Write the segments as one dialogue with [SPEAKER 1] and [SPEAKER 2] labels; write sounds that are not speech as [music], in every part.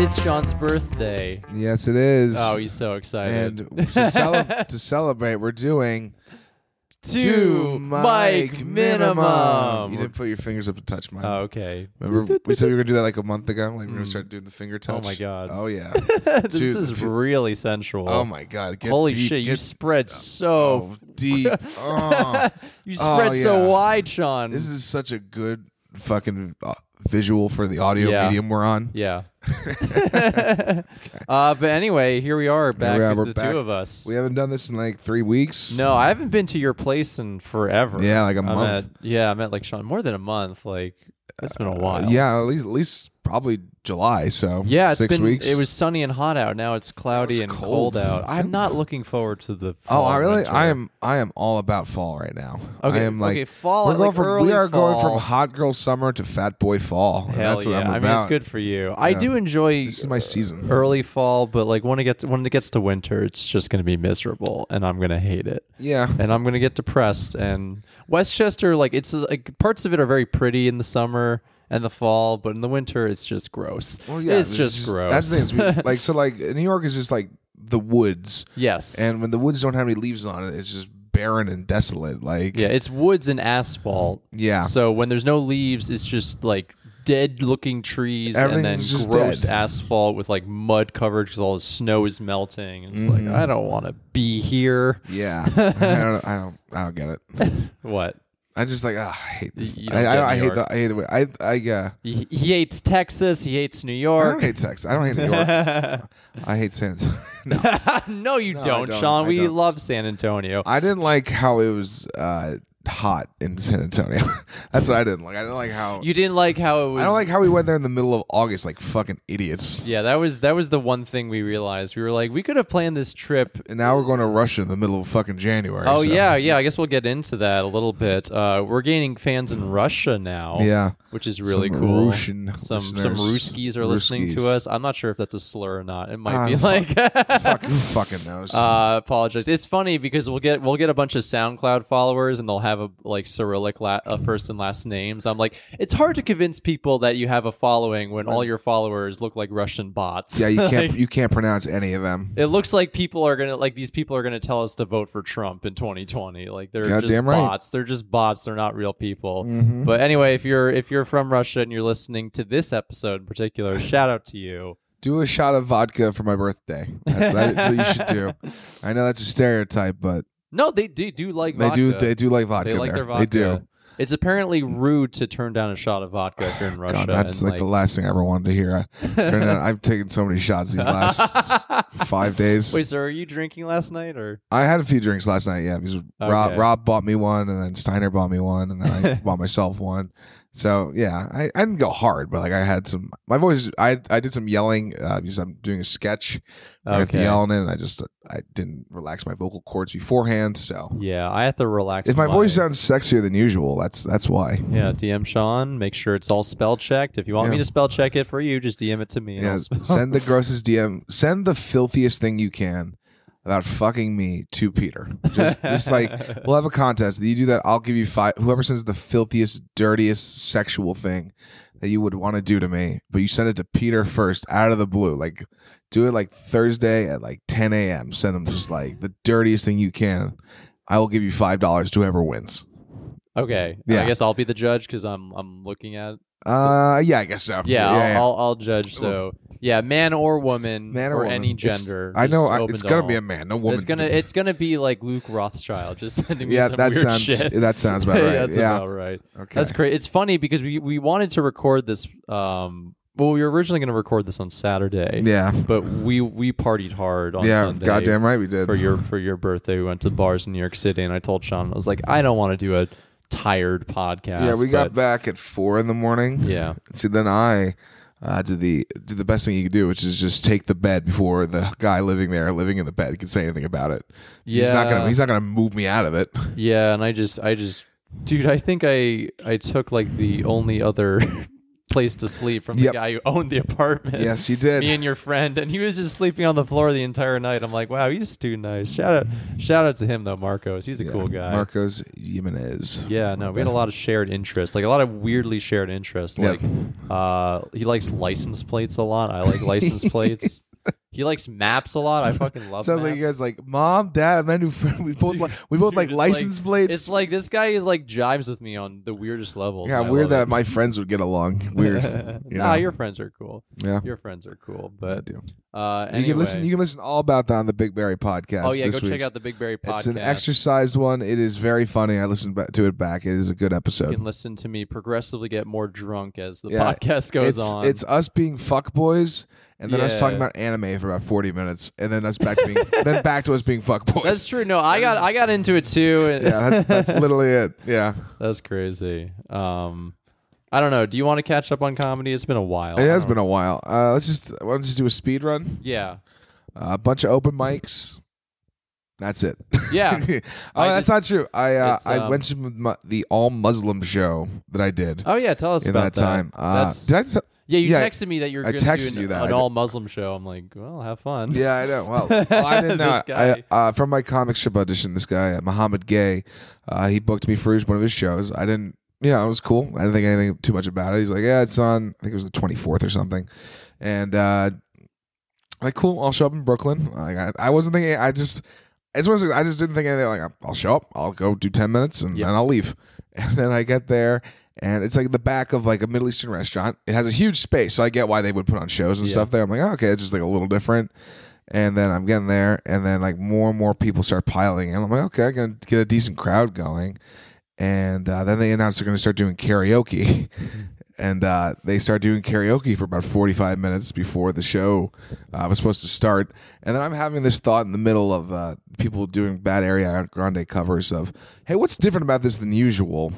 [SPEAKER 1] It's Sean's birthday.
[SPEAKER 2] Yes, it is.
[SPEAKER 1] Oh, he's so excited. [laughs]
[SPEAKER 2] and to, cele- to celebrate, we're doing
[SPEAKER 1] two Mike minimum.
[SPEAKER 2] You didn't put your fingers up to touch mine.
[SPEAKER 1] Oh, okay. [laughs]
[SPEAKER 2] Remember, we said we were gonna do that like a month ago. Like we we're gonna start doing the finger touch.
[SPEAKER 1] my God. [laughs]
[SPEAKER 2] Oh yeah.
[SPEAKER 1] this
[SPEAKER 2] Dude,
[SPEAKER 1] is
[SPEAKER 2] if you-
[SPEAKER 1] really sensual.
[SPEAKER 2] oh my god. Get
[SPEAKER 1] Holy
[SPEAKER 2] deep,
[SPEAKER 1] shit, you oh.
[SPEAKER 2] get
[SPEAKER 1] spread so
[SPEAKER 2] so
[SPEAKER 1] [laughs]
[SPEAKER 2] deep. Oh,
[SPEAKER 1] you
[SPEAKER 2] Oh,
[SPEAKER 1] spread so
[SPEAKER 2] yeah.
[SPEAKER 1] wide, Sean.
[SPEAKER 2] this is such a good fucking uh, visual for the audio
[SPEAKER 1] Yeah.
[SPEAKER 2] medium we're on. [laughs]
[SPEAKER 1] yeah. [laughs] uh, but anyway, here we are back
[SPEAKER 2] we are, we're
[SPEAKER 1] with the
[SPEAKER 2] back.
[SPEAKER 1] two of us.
[SPEAKER 2] We haven't done this in like three weeks.
[SPEAKER 1] no, I haven't been to your place in forever.
[SPEAKER 2] Yeah, like a
[SPEAKER 1] I'm
[SPEAKER 2] month. Uh,
[SPEAKER 1] at- yeah, I'm at like Sean more than a month. Like it's been a while.
[SPEAKER 2] Yeah, at least at least probably July. So
[SPEAKER 1] Yeah, it's
[SPEAKER 2] 6
[SPEAKER 1] been.
[SPEAKER 2] weeks.
[SPEAKER 1] It was sunny and hot out. Now it's cloudy
[SPEAKER 2] It was
[SPEAKER 1] and cold,
[SPEAKER 2] cold.
[SPEAKER 1] out.
[SPEAKER 2] It's
[SPEAKER 1] I'm
[SPEAKER 2] been-
[SPEAKER 1] not looking forward to the.
[SPEAKER 2] Oh,
[SPEAKER 1] Fall
[SPEAKER 2] I
[SPEAKER 1] and
[SPEAKER 2] really,
[SPEAKER 1] winter.
[SPEAKER 2] I am, I am all about fall right now.
[SPEAKER 1] Okay,
[SPEAKER 2] I am like
[SPEAKER 1] okay, fall,
[SPEAKER 2] We're going
[SPEAKER 1] like
[SPEAKER 2] from,
[SPEAKER 1] early
[SPEAKER 2] we are going
[SPEAKER 1] fall.
[SPEAKER 2] from hot girl summer to fat boy fall. and
[SPEAKER 1] Hell
[SPEAKER 2] that's
[SPEAKER 1] yeah!
[SPEAKER 2] what I'm
[SPEAKER 1] I
[SPEAKER 2] about.
[SPEAKER 1] mean, it's good for you. I do enjoy
[SPEAKER 2] This is my season.
[SPEAKER 1] early fall, but like when it gets when it gets to winter, it's just going to be miserable, and I'm going to hate it,
[SPEAKER 2] Yeah,
[SPEAKER 1] and I'm going to get depressed. And Westchester, like it's like parts of it are very pretty in the summer and the fall, but in the winter, it's just gross.
[SPEAKER 2] well, yeah,
[SPEAKER 1] it's
[SPEAKER 2] this
[SPEAKER 1] just,
[SPEAKER 2] is
[SPEAKER 1] gross. [laughs]
[SPEAKER 2] That's the thing. is we- like, so, like, New York is just like the woods,
[SPEAKER 1] yes,
[SPEAKER 2] and when the woods don't have any leaves on it, it's just barren and desolate. Like,
[SPEAKER 1] yeah, it's woods and asphalt.
[SPEAKER 2] yeah,
[SPEAKER 1] So when there's no leaves, it's just like dead looking trees and then
[SPEAKER 2] Everything's just
[SPEAKER 1] gross
[SPEAKER 2] dead.
[SPEAKER 1] asphalt with like mud covered because all the snow is melting. It's
[SPEAKER 2] Mm-hmm.
[SPEAKER 1] like, I don't want to be here. [laughs]
[SPEAKER 2] yeah. I, don't, I don't, I don't get it.
[SPEAKER 1] What?
[SPEAKER 2] I just like, ah, I hate this.
[SPEAKER 1] You don't
[SPEAKER 2] I,
[SPEAKER 1] get
[SPEAKER 2] I, I
[SPEAKER 1] New
[SPEAKER 2] hate
[SPEAKER 1] York.
[SPEAKER 2] the, I hate the way. I, I, uh,
[SPEAKER 1] He, he hates Texas. He hates New
[SPEAKER 2] I don't
[SPEAKER 1] York.
[SPEAKER 2] hate sex. I don't
[SPEAKER 1] [laughs]
[SPEAKER 2] hate New York. I hate San Antonio. [laughs] No.
[SPEAKER 1] no, you
[SPEAKER 2] No, I
[SPEAKER 1] don't,
[SPEAKER 2] don't.
[SPEAKER 1] Sean.
[SPEAKER 2] I
[SPEAKER 1] we
[SPEAKER 2] don't.
[SPEAKER 1] love San Antonio.
[SPEAKER 2] I didn't like how it was uh, hot in San Antonio. [laughs] That's what I didn't like. I didn't like how.
[SPEAKER 1] You didn't like how it was.
[SPEAKER 2] I don't like how we went there in the middle of August, like fucking idiots.
[SPEAKER 1] Yeah, that was that was the one thing we realized. We were like, we could have planned this trip
[SPEAKER 2] And now we're going to Russia in the middle of fucking January.
[SPEAKER 1] Oh
[SPEAKER 2] so-
[SPEAKER 1] yeah, yeah. I guess we'll get into that a little bit. Uh, we're gaining fans in Russia now.
[SPEAKER 2] [laughs] Yeah.
[SPEAKER 1] which is really
[SPEAKER 2] Some
[SPEAKER 1] cool.
[SPEAKER 2] Russian
[SPEAKER 1] some some
[SPEAKER 2] listeners.
[SPEAKER 1] Ruskies are listening to
[SPEAKER 2] Ruskies.
[SPEAKER 1] us. I'm not sure if that's a slur or not. It might
[SPEAKER 2] Ah,
[SPEAKER 1] be like. [laughs]
[SPEAKER 2] fuck. Fuck, who fucking knows?
[SPEAKER 1] Uh, apologize. It's funny because we'll get we'll get a bunch of SoundCloud followers and they'll have a like Cyrillic la- uh, first and last names. I'm like, it's hard to convince people that you have a following when all your followers look like Russian bots. [laughs]
[SPEAKER 2] yeah, you
[SPEAKER 1] Like-
[SPEAKER 2] can't you can't pronounce any of them.
[SPEAKER 1] it looks like people are gonna like these people are gonna tell us to vote for Trump in 2020. Like they're just
[SPEAKER 2] Goddamn right.
[SPEAKER 1] bots. They're just bots. They're not real people.
[SPEAKER 2] Mm-hmm.
[SPEAKER 1] But anyway, if you're if you're from Russia and you're listening to this episode in
[SPEAKER 2] [laughs]
[SPEAKER 1] particular, shout out to you.
[SPEAKER 2] Do a shot of vodka for my birthday. That's, that's what you should
[SPEAKER 1] [laughs]
[SPEAKER 2] do. I know that's a stereotype, but
[SPEAKER 1] No, they do, do like
[SPEAKER 2] they
[SPEAKER 1] vodka.
[SPEAKER 2] do they do like vodka.
[SPEAKER 1] They like
[SPEAKER 2] there.
[SPEAKER 1] their vodka.
[SPEAKER 2] They do.
[SPEAKER 1] It's apparently rude to turn down a shot of vodka if you're in Russia.
[SPEAKER 2] [sighs] God, that's
[SPEAKER 1] and,
[SPEAKER 2] like, the last thing I ever wanted to hear. I, turned
[SPEAKER 1] [laughs]
[SPEAKER 2] out I've taken so many shots these last
[SPEAKER 1] [laughs]
[SPEAKER 2] five days.
[SPEAKER 1] Wait, so are you drinking last night or?
[SPEAKER 2] I had a few drinks last night. Yeah, because Rob
[SPEAKER 1] Okay.
[SPEAKER 2] Rob bought me one, and then Steiner bought me one,
[SPEAKER 1] [laughs]
[SPEAKER 2] and then I bought myself one. So yeah, I, I didn't go hard, but like I had some. My voice, I I did some yelling uh, because I'm doing a sketch. and I have to
[SPEAKER 1] Okay.
[SPEAKER 2] yell in it, and I just I didn't relax my vocal cords beforehand. So
[SPEAKER 1] Yeah, I have to relax.
[SPEAKER 2] if my
[SPEAKER 1] mine.
[SPEAKER 2] voice sounds sexier than usual, that's that's why.
[SPEAKER 1] Yeah, DM Sean. Make sure it's all spell checked. If you want me
[SPEAKER 2] Yeah.
[SPEAKER 1] to spell check it for you, just DM it to me. And
[SPEAKER 2] Yeah,
[SPEAKER 1] I'll spell-
[SPEAKER 2] send
[SPEAKER 1] [laughs]
[SPEAKER 2] the grossest DM. Send the filthiest thing you can about fucking me to Peter. Just, just like we'll have a contest. You do that, I'll give you five. Whoever sends the filthiest, dirtiest sexual thing that you would want to do to me, but you send it to Peter first, out of the blue. Like, do it like Thursday at like 10 a.m. Send him just like the dirtiest thing you can. I will give you five dollars to whoever wins.
[SPEAKER 1] [laughs] okay.
[SPEAKER 2] Yeah.
[SPEAKER 1] I guess I'll be the judge because I'm I'm looking at. It.
[SPEAKER 2] Uh, yeah, I guess so.
[SPEAKER 1] Yeah, I'll, I'll I'll judge. So yeah, man or woman,
[SPEAKER 2] man or, woman.
[SPEAKER 1] any
[SPEAKER 2] It's-
[SPEAKER 1] gender.
[SPEAKER 2] I know
[SPEAKER 1] just
[SPEAKER 2] I,
[SPEAKER 1] open
[SPEAKER 2] it's
[SPEAKER 1] to
[SPEAKER 2] gonna
[SPEAKER 1] all.
[SPEAKER 2] be a man. No woman.
[SPEAKER 1] It's gonna it's gonna be like Luke Rothschild just [laughs] sending me
[SPEAKER 2] yeah,
[SPEAKER 1] some
[SPEAKER 2] that
[SPEAKER 1] weird
[SPEAKER 2] sounds
[SPEAKER 1] shit.
[SPEAKER 2] that
[SPEAKER 1] [laughs]
[SPEAKER 2] sounds about right.
[SPEAKER 1] That's
[SPEAKER 2] yeah,
[SPEAKER 1] about right.
[SPEAKER 2] okay.
[SPEAKER 1] That's great. It's funny because we we wanted to record this. Um, well, we were originally gonna record this on Saturday.
[SPEAKER 2] Yeah,
[SPEAKER 1] But we we partied hard on
[SPEAKER 2] yeah,
[SPEAKER 1] Sunday.
[SPEAKER 2] goddamn right we did.
[SPEAKER 1] for your for your birthday. We went to bars in New York City, and I told Sean I was like, I don't want to do a tired podcast.
[SPEAKER 2] yeah, we got
[SPEAKER 1] but-
[SPEAKER 2] back at four in the morning.
[SPEAKER 1] yeah,
[SPEAKER 2] See, then I uh, did the did the best thing you could do, which is just take the bed before the guy living there, living in the bed, could say anything about it. he's not
[SPEAKER 1] Yeah.
[SPEAKER 2] gonna he's not gonna move me out
[SPEAKER 1] [laughs]
[SPEAKER 2] of it.
[SPEAKER 1] yeah, and I just I just dude, I think I I took like the only other. [laughs] place to sleep from the
[SPEAKER 2] Yep.
[SPEAKER 1] guy who owned the apartment.
[SPEAKER 2] Yes, you did.
[SPEAKER 1] Me and your friend, and he was just sleeping on the floor the entire night. I'm like, wow, he's too nice. Shout out, shout out to him though, Marcos. He's a
[SPEAKER 2] Yeah.
[SPEAKER 1] cool guy.
[SPEAKER 2] Marcos Jimenez.
[SPEAKER 1] Yeah, no, we had a lot of shared interests, like a lot of weirdly shared interests.
[SPEAKER 2] Yeah.
[SPEAKER 1] Like, uh, he likes license plates a lot. I like
[SPEAKER 2] [laughs]
[SPEAKER 1] license plates. He likes maps a lot. I fucking love.
[SPEAKER 2] Sounds like you
[SPEAKER 1] maps.
[SPEAKER 2] guys like mom, dad, and my new friend. We both
[SPEAKER 1] Dude,
[SPEAKER 2] like we both
[SPEAKER 1] dude,
[SPEAKER 2] like
[SPEAKER 1] it's
[SPEAKER 2] license plates.
[SPEAKER 1] It's like this guy is like jives with me on the weirdest levels.
[SPEAKER 2] yeah,
[SPEAKER 1] and I
[SPEAKER 2] weird that
[SPEAKER 1] love
[SPEAKER 2] my friends would
[SPEAKER 1] [laughs]
[SPEAKER 2] get along. Weird.
[SPEAKER 1] it.
[SPEAKER 2] you
[SPEAKER 1] nah,
[SPEAKER 2] know?
[SPEAKER 1] your friends are cool.
[SPEAKER 2] yeah.
[SPEAKER 1] Your friends are cool,
[SPEAKER 2] I
[SPEAKER 1] but
[SPEAKER 2] do.
[SPEAKER 1] uh, anyway.
[SPEAKER 2] You can listen. You can listen all about that on the Big Berry podcast.
[SPEAKER 1] oh yeah, go
[SPEAKER 2] this
[SPEAKER 1] check
[SPEAKER 2] week's.
[SPEAKER 1] out the Big Berry podcast.
[SPEAKER 2] It's an exercised one. It is very funny. I listened ba- to it back. It is a good
[SPEAKER 1] You
[SPEAKER 2] episode.
[SPEAKER 1] can listen to me progressively get more drunk as the
[SPEAKER 2] Yeah,
[SPEAKER 1] podcast goes
[SPEAKER 2] It's
[SPEAKER 1] on.
[SPEAKER 2] it's us being fuck boys, and then us
[SPEAKER 1] Yeah.
[SPEAKER 2] talking about anime for about forty minutes, and then us back to
[SPEAKER 1] [laughs]
[SPEAKER 2] being then back to us being fuck boys.
[SPEAKER 1] that's true. No, I got I got into it too. [laughs] and-
[SPEAKER 2] [laughs] yeah, that's that's literally it. Yeah,
[SPEAKER 1] That's crazy. Um, I don't know. Do you want to catch up on comedy? It's been a while.
[SPEAKER 2] it has been a while. Uh, let's just why don't you just do a speed run?
[SPEAKER 1] yeah.
[SPEAKER 2] Uh, a bunch of open mics. That's it.
[SPEAKER 1] Yeah.
[SPEAKER 2] [laughs] oh,
[SPEAKER 1] I
[SPEAKER 2] that's
[SPEAKER 1] did-
[SPEAKER 2] not true. I uh,
[SPEAKER 1] It's,
[SPEAKER 2] I
[SPEAKER 1] um,
[SPEAKER 2] mentioned with my, the all Muslim show that I did
[SPEAKER 1] Oh yeah. Tell us
[SPEAKER 2] in
[SPEAKER 1] about
[SPEAKER 2] that time. Uh,
[SPEAKER 1] That's-
[SPEAKER 2] did I t-
[SPEAKER 1] Yeah, you
[SPEAKER 2] Yeah,
[SPEAKER 1] texted me that you're
[SPEAKER 2] I
[SPEAKER 1] going
[SPEAKER 2] texted
[SPEAKER 1] to do
[SPEAKER 2] you
[SPEAKER 1] an,
[SPEAKER 2] that. I
[SPEAKER 1] an
[SPEAKER 2] d-
[SPEAKER 1] all Muslim show. I'm like, well, have fun.
[SPEAKER 2] Yeah, I
[SPEAKER 1] [laughs]
[SPEAKER 2] know. Well, well, I didn't know.
[SPEAKER 1] This
[SPEAKER 2] it.
[SPEAKER 1] guy.
[SPEAKER 2] I, uh, from my comic strip audition, this guy, uh, Muhammad Gay, uh, he booked me for his- one of his shows. I didn't, you know, it was cool. I didn't think anything too much about it. He's like, yeah, it's on, I think it was the 24th or something. And, uh, like, cool, I'll show up in Brooklyn. Like, I, I wasn't thinking, I just, it's one of those- I just didn't think anything. Like, I'll show up, I'll go do 10 minutes, and
[SPEAKER 1] Yeah.
[SPEAKER 2] then I'll leave. [laughs] And then I get there. And it's like the back of like a Middle Eastern restaurant. It has a huge space, so I get why they would put on shows and
[SPEAKER 1] Yeah.
[SPEAKER 2] stuff there. I'm like, oh, okay, it's just like a little different. And then I'm getting there, and then like more and more people start piling in. I'm like, okay, I'm gonna get a decent crowd going. And uh, then they announced they're gonna start doing karaoke, [laughs] and uh, they start doing karaoke for about 45 minutes before the show uh, was supposed to start. And then I'm having this thought in the middle of uh, people doing bad area grande covers of, hey, what's different about this than usual?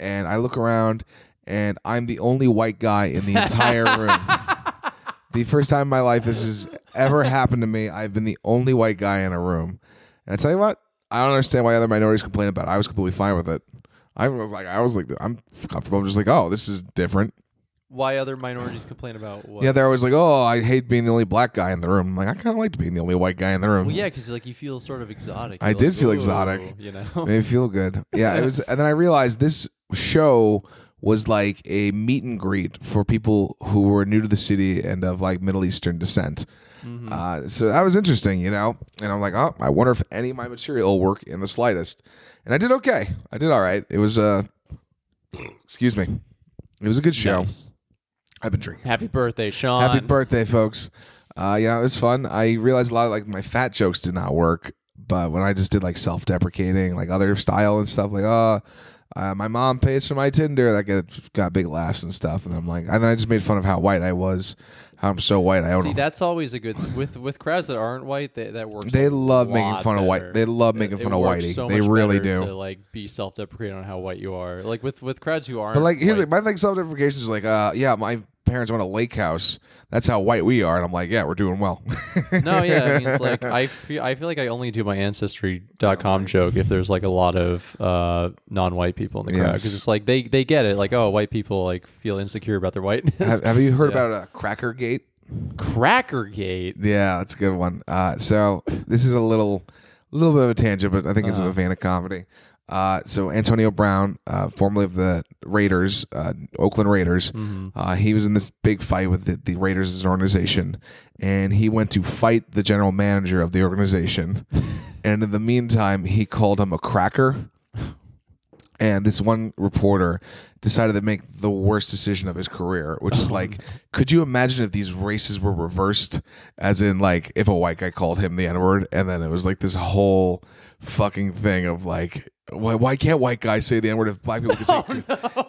[SPEAKER 2] And I look around, and I'm the only white guy in the entire room. The first time in my life this has ever happened to me. I've been the only white guy in a room. And I tell you what, I don't understand why other minorities complain about it. I was completely fine with it. I was like, I was like, I'm comfortable. I'm just like, oh, this is different.
[SPEAKER 1] Why other minorities complain about what?
[SPEAKER 2] Yeah, they're always like, oh, I hate being the only black guy in the room. I'm like, I kind of like being the only white guy in the room.
[SPEAKER 1] Well, yeah, because like you feel sort of exotic.
[SPEAKER 2] I
[SPEAKER 1] You're
[SPEAKER 2] did
[SPEAKER 1] like,
[SPEAKER 2] feel
[SPEAKER 1] "Ooh,"
[SPEAKER 2] exotic.
[SPEAKER 1] You
[SPEAKER 2] [laughs]
[SPEAKER 1] know.
[SPEAKER 2] Made me feel good. Yeah, it was. And then I realized this show was like a meet and greet for people who were new to the city and of like Middle Eastern descent. Uh, so that was interesting, you know. And I'm like, oh, I wonder if any of my material will work in the slightest. And I did okay. I did all right. It was uh, [clears throat] excuse me. It was a good show.
[SPEAKER 1] Nice.
[SPEAKER 2] I've been drinking.
[SPEAKER 1] Happy birthday, Sean.
[SPEAKER 2] Happy birthday, folks. Uh, you know, it was fun. I realized a lot of like my fat jokes did not work, but when I just did like self deprecating, like other style and stuff, like, oh, uh, my mom pays for my Tinder, that got, got big laughs and stuff. And I'm like, and then I just made fun of how white I was, how I'm so white. I don't
[SPEAKER 1] See,
[SPEAKER 2] know.
[SPEAKER 1] that's always a good with with crowds that aren't white. They, that works.
[SPEAKER 2] they
[SPEAKER 1] a
[SPEAKER 2] love making
[SPEAKER 1] lot
[SPEAKER 2] fun of
[SPEAKER 1] better.
[SPEAKER 2] white. They love
[SPEAKER 1] It-
[SPEAKER 2] making
[SPEAKER 1] it
[SPEAKER 2] fun of
[SPEAKER 1] works
[SPEAKER 2] whitey.
[SPEAKER 1] so
[SPEAKER 2] they
[SPEAKER 1] much
[SPEAKER 2] really
[SPEAKER 1] better
[SPEAKER 2] do.
[SPEAKER 1] To like be self-deprecating on how white you are, like with with crowds who aren't.
[SPEAKER 2] But like, here's like my like self deprecation is like, uh, yeah, my parents own a lake house. That's how white we are. And I'm like, yeah, we're doing well. [laughs]
[SPEAKER 1] no, yeah, I mean, it's like I feel I feel like I only do my ancestry.com joke if there's like a lot of uh, non-white people in the crowd
[SPEAKER 2] Yes.
[SPEAKER 1] because it's like they they get it, like oh, white people like feel insecure about their whiteness.
[SPEAKER 2] have, have you heard
[SPEAKER 1] Yeah.
[SPEAKER 2] about a cracker gate?
[SPEAKER 1] [laughs] Crackergate.
[SPEAKER 2] Yeah, that's a good one. Uh, so this is a little, little bit of a tangent, but I think it's in the vein of comedy. Uh, so Antonio Brown, uh, formerly of the Raiders, uh, Oakland Raiders,
[SPEAKER 1] Mm. Mm-hmm.
[SPEAKER 2] uh, he was in this big fight with the, the Raiders as an organization, and he went to fight the general manager of the organization, and in the meantime, he called him a cracker. And this one reporter decided to make the worst decision of his career, which is like, could you imagine if these races were reversed? As in, like, if a white guy called him the N word, and then it was like this whole fucking thing of like, why, why can't white guys say the N word if black people could say,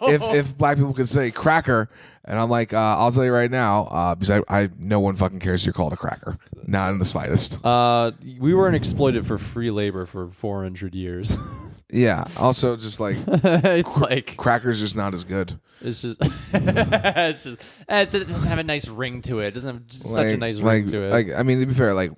[SPEAKER 2] if, if black people could say cracker? And I'm like, uh, I'll tell you right now, uh, because I, I, no one fucking cares if you're called a cracker. Not in the slightest.
[SPEAKER 1] Uh, we weren't exploited for free labor for 400 years. [laughs]
[SPEAKER 2] Yeah. Also, just like, [laughs]
[SPEAKER 1] it's like
[SPEAKER 2] cracker's just not as good.
[SPEAKER 1] it's
[SPEAKER 2] [laughs]
[SPEAKER 1] just [laughs] it's just eh, it doesn't have a nice ring to it. It doesn't have just such a
[SPEAKER 2] Like-
[SPEAKER 1] nice
[SPEAKER 2] like,
[SPEAKER 1] ring to it.
[SPEAKER 2] Like, I mean, to be fair, like,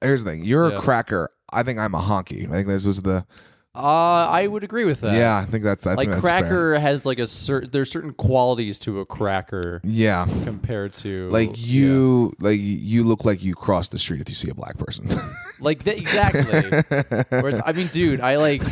[SPEAKER 2] here's the thing: you're
[SPEAKER 1] Yeah.
[SPEAKER 2] a cracker. I think I'm a honky. I think this was the
[SPEAKER 1] Uh, I would agree with that.
[SPEAKER 2] yeah, I think that's I think
[SPEAKER 1] like
[SPEAKER 2] that's fair.
[SPEAKER 1] cracker has like a certain there's certain qualities to a cracker
[SPEAKER 2] Yeah,
[SPEAKER 1] compared to
[SPEAKER 2] like you, like you look like you cross the street if you see a black person.
[SPEAKER 1] [laughs] yeah. like that exactly. Whereas, I mean, dude, I
[SPEAKER 2] [laughs]
[SPEAKER 1] like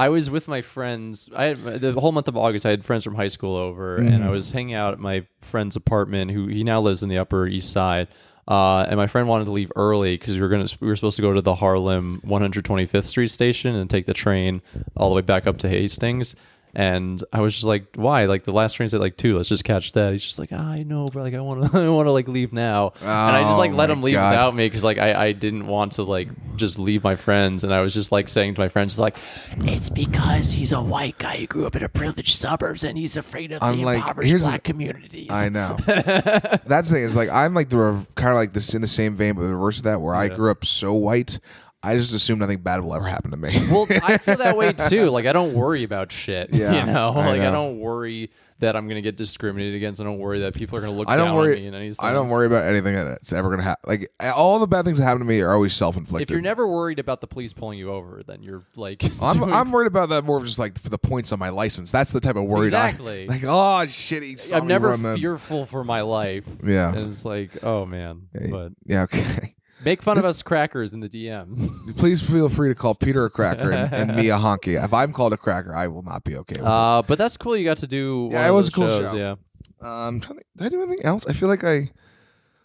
[SPEAKER 1] I was with my friends. I had, uh, the whole month of August, I had friends from high school over, and
[SPEAKER 2] Mm-hmm.
[SPEAKER 1] I was hanging out at my friend's apartment. Who he now lives in the Upper East Side. Uh, and my friend wanted to leave early because we were gonna we were supposed to go to the Harlem 125th Street station and take the train all the way back up to Hastings. And I was just like, why? Like the last train's at like two. Let's just catch that. He's just like, "Ah, I know, but like I want to, [laughs] I want to like leave now. and I just
[SPEAKER 2] Oh,
[SPEAKER 1] like let
[SPEAKER 2] my
[SPEAKER 1] him leave
[SPEAKER 2] God.
[SPEAKER 1] without about me because like I, I didn't want to like just leave my friends and I was just like saying to my friends like it's because he's a white guy who grew up in a privileged suburbs and he's afraid of
[SPEAKER 2] I'm
[SPEAKER 1] the
[SPEAKER 2] like,
[SPEAKER 1] impoverished
[SPEAKER 2] here's the-
[SPEAKER 1] black communities.
[SPEAKER 2] I know.
[SPEAKER 1] [laughs]
[SPEAKER 2] That's the thing is like I'm like the kind of like this in the same vein, but the reverse of that, where I grew up so white, I just assume nothing bad will ever happen to me.
[SPEAKER 1] well, I feel that way too. Like I don't worry about shit.
[SPEAKER 2] Yeah,
[SPEAKER 1] you know,
[SPEAKER 2] I
[SPEAKER 1] like I
[SPEAKER 2] know.
[SPEAKER 1] don't worry that I'm gonna get discriminated against. I don't worry that people are gonna look
[SPEAKER 2] [laughs] I don't
[SPEAKER 1] down on
[SPEAKER 2] worry.
[SPEAKER 1] me in any sense.
[SPEAKER 2] I don't worry about anything that's ever gonna happen. Like all the bad things that happen to me are always self inflicted.
[SPEAKER 1] If you're never worried about the police pulling you over, then you're like [laughs]
[SPEAKER 2] I'm,
[SPEAKER 1] doing-
[SPEAKER 2] I'm worried about that more of just like for the points on my license. That's the type of worried I-
[SPEAKER 1] Exactly.
[SPEAKER 2] [laughs] like oh shit, he saw
[SPEAKER 1] I'm
[SPEAKER 2] me
[SPEAKER 1] never
[SPEAKER 2] run then.
[SPEAKER 1] fearful for my life.
[SPEAKER 2] Yeah.
[SPEAKER 1] And it's like, oh man. But
[SPEAKER 2] Yeah, okay. [laughs]
[SPEAKER 1] make fun of us crackers in the DMs.
[SPEAKER 2] Please feel free to call Peter a cracker and, and me a honky. If I'm called a cracker, I will not be okay with
[SPEAKER 1] Uh, but that's cool. You got to do.
[SPEAKER 2] Yeah,
[SPEAKER 1] one
[SPEAKER 2] it
[SPEAKER 1] of
[SPEAKER 2] was
[SPEAKER 1] those
[SPEAKER 2] a cool
[SPEAKER 1] shows,
[SPEAKER 2] show.
[SPEAKER 1] Yeah,
[SPEAKER 2] it. Um, trying to, did I do anything else? I feel like I, I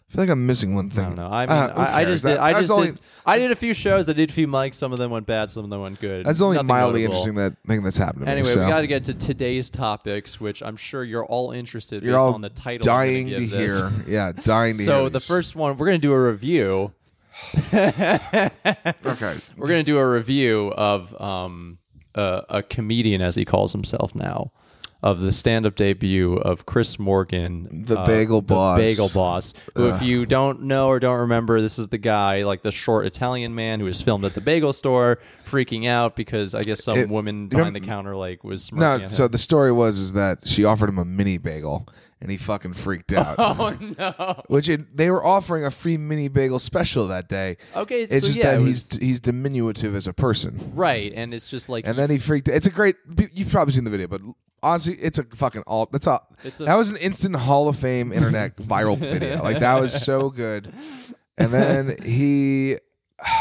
[SPEAKER 2] feel like I'm missing one
[SPEAKER 1] I
[SPEAKER 2] thing.
[SPEAKER 1] don't know. I mean,
[SPEAKER 2] Ah, who
[SPEAKER 1] I, I
[SPEAKER 2] cares?
[SPEAKER 1] just
[SPEAKER 2] That-
[SPEAKER 1] did. I
[SPEAKER 2] that's
[SPEAKER 1] just
[SPEAKER 2] only,
[SPEAKER 1] did. I did a few shows. I did a few mics. Some of them went bad. Some of them went good.
[SPEAKER 2] That's only
[SPEAKER 1] Nothing
[SPEAKER 2] mildly
[SPEAKER 1] notable.
[SPEAKER 2] interesting that thing that's happened to
[SPEAKER 1] Anyway,
[SPEAKER 2] me. so.
[SPEAKER 1] we got to get to today's topics, which I'm sure you're all interested.
[SPEAKER 2] You're
[SPEAKER 1] based
[SPEAKER 2] all
[SPEAKER 1] on the title. I'm gonna
[SPEAKER 2] dying to
[SPEAKER 1] give this.
[SPEAKER 2] hear. Yeah, dying to hear.
[SPEAKER 1] So the
[SPEAKER 2] these.
[SPEAKER 1] first one, we're gonna do a review.
[SPEAKER 2] okay,
[SPEAKER 1] We're gonna do a review of um uh, a comedian, as he calls himself now, of the stand-up debut of Chris Morgan, uh,
[SPEAKER 2] The Bagel Boss.
[SPEAKER 1] The Bagel Boss. Who, if you don't know or don't remember, this is the guy, like the short Italian man who was filmed at the bagel store, freaking out because I guess some
[SPEAKER 2] It-
[SPEAKER 1] woman
[SPEAKER 2] you know-
[SPEAKER 1] behind the counter like was smirking
[SPEAKER 2] no.
[SPEAKER 1] at
[SPEAKER 2] So
[SPEAKER 1] him.
[SPEAKER 2] the story was is that she offered him a mini bagel, and he fucking
[SPEAKER 1] [laughs]
[SPEAKER 2] freaked out.
[SPEAKER 1] Oh no!
[SPEAKER 2] Which it, they were offering a free mini bagel special that day.
[SPEAKER 1] Okay,
[SPEAKER 2] it's
[SPEAKER 1] so
[SPEAKER 2] just
[SPEAKER 1] yeah,
[SPEAKER 2] that
[SPEAKER 1] it
[SPEAKER 2] he's he's diminutive as a person,
[SPEAKER 1] Right, and it's just like
[SPEAKER 2] and then he freaked. It's a great. You've probably seen the video, but honestly, it's a fucking all. That's all.
[SPEAKER 1] It's a-
[SPEAKER 2] that was an instant Hall of Fame
[SPEAKER 1] [laughs]
[SPEAKER 2] internet viral video. Like that was so good. And then he.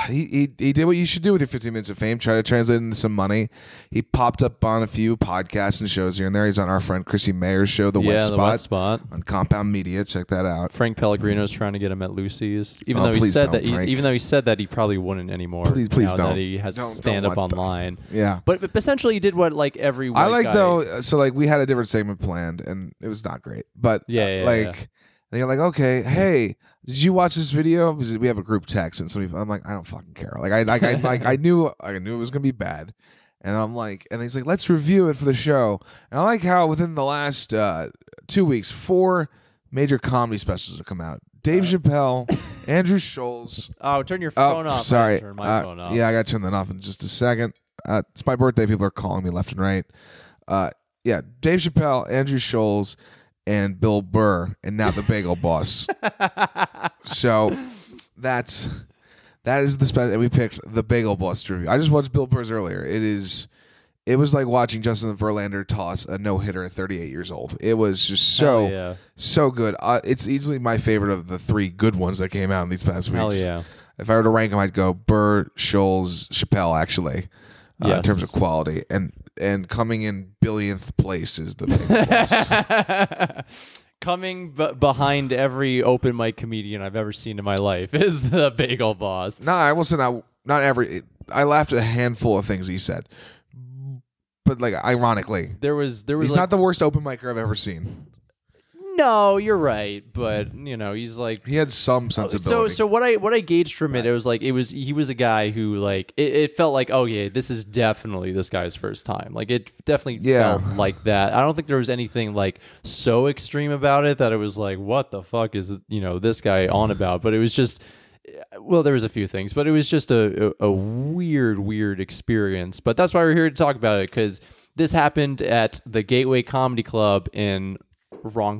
[SPEAKER 2] He, he he did what you should do with your 15 minutes of fame. Try to translate it into some money. He popped up on a few podcasts and shows here and there. He's on our friend Chrissy Mayer's show, The
[SPEAKER 1] yeah,
[SPEAKER 2] Wet
[SPEAKER 1] the
[SPEAKER 2] Spot,
[SPEAKER 1] wet spot.
[SPEAKER 2] on Compound Media. Check that out.
[SPEAKER 1] Frank Pellegrino's trying to get him at Lucy's, even
[SPEAKER 2] Oh,
[SPEAKER 1] though he
[SPEAKER 2] please
[SPEAKER 1] said
[SPEAKER 2] don't,
[SPEAKER 1] that he's,
[SPEAKER 2] Frank.
[SPEAKER 1] even though he said that he probably wouldn't anymore.
[SPEAKER 2] Please- please
[SPEAKER 1] now
[SPEAKER 2] don't.
[SPEAKER 1] that he has
[SPEAKER 2] Don't- don't
[SPEAKER 1] stand up
[SPEAKER 2] want that.
[SPEAKER 1] online.
[SPEAKER 2] Yeah.
[SPEAKER 1] But, but essentially, he did what like every. White
[SPEAKER 2] I like
[SPEAKER 1] guy-
[SPEAKER 2] though. uh, So like we had a different segment planned, and it was not great. But
[SPEAKER 1] Yeah,
[SPEAKER 2] uh,
[SPEAKER 1] yeah,
[SPEAKER 2] like
[SPEAKER 1] yeah. Mm-hmm.
[SPEAKER 2] and you're like, okay, hey, did you watch this video? Because We have a group text, and somebody, I'm like, I don't fucking care. Like I like I
[SPEAKER 1] [laughs]
[SPEAKER 2] like I knew I knew it was gonna be bad, and I'm like, and he's like, let's review it for the show. And I like how within the last uh, two weeks, four major comedy specials have come out. Dave
[SPEAKER 1] Uh, [coughs]
[SPEAKER 2] Chappelle, Andrew Scholes.
[SPEAKER 1] Oh, turn your
[SPEAKER 2] Oh,
[SPEAKER 1] phone off.
[SPEAKER 2] sorry.
[SPEAKER 1] I turn my
[SPEAKER 2] Uh,
[SPEAKER 1] phone off.
[SPEAKER 2] Yeah, I got to turn that off in just a second. Uh, it's my birthday. People are calling me left and right. Uh, yeah, Dave Chappelle, Andrew Scholes, and Bill Burr, and now the
[SPEAKER 1] [laughs]
[SPEAKER 2] Bagel Boss. So that's that is the special. And we picked the Bagel Boss review. I just watched Bill Burr's earlier. It is. It was like watching Justin Verlander toss a no hitter at 38 years old. It was just so
[SPEAKER 1] Hell Oh, yeah.
[SPEAKER 2] so good. Uh, it's easily my favorite of the three good ones that came out in these past weeks.
[SPEAKER 1] Hell yeah.
[SPEAKER 2] If I were to rank them, I'd go Burr, Scholes, Chappelle, actually, uh, in
[SPEAKER 1] Yes.
[SPEAKER 2] terms of quality, and and coming in billionth place is the big boss.
[SPEAKER 1] [laughs] Coming b- behind every open mic comedian I've ever seen in my life [laughs] is the Bagel Boss.
[SPEAKER 2] no, I will say not not every. I laughed at a handful of things he said, but like ironically,
[SPEAKER 1] There was there was
[SPEAKER 2] he's
[SPEAKER 1] like,
[SPEAKER 2] not the worst open micer I've ever seen.
[SPEAKER 1] no, you're right, but you know he's like
[SPEAKER 2] He had some
[SPEAKER 1] so
[SPEAKER 2] sensibility.
[SPEAKER 1] Oh, so what I what I gauged from it, it was like it was he was a guy who like it, it felt like oh yeah, this is definitely this guy's first time. Like it definitely
[SPEAKER 2] Yeah.
[SPEAKER 1] felt like that. I don't think there was anything like so extreme about it that it was like what the fuck is you know this guy on about? But it was just well, there was a few things, but it was just a, a, a weird, weird experience. But that's why we're here to talk about it because this happened at the Gateway Comedy Club in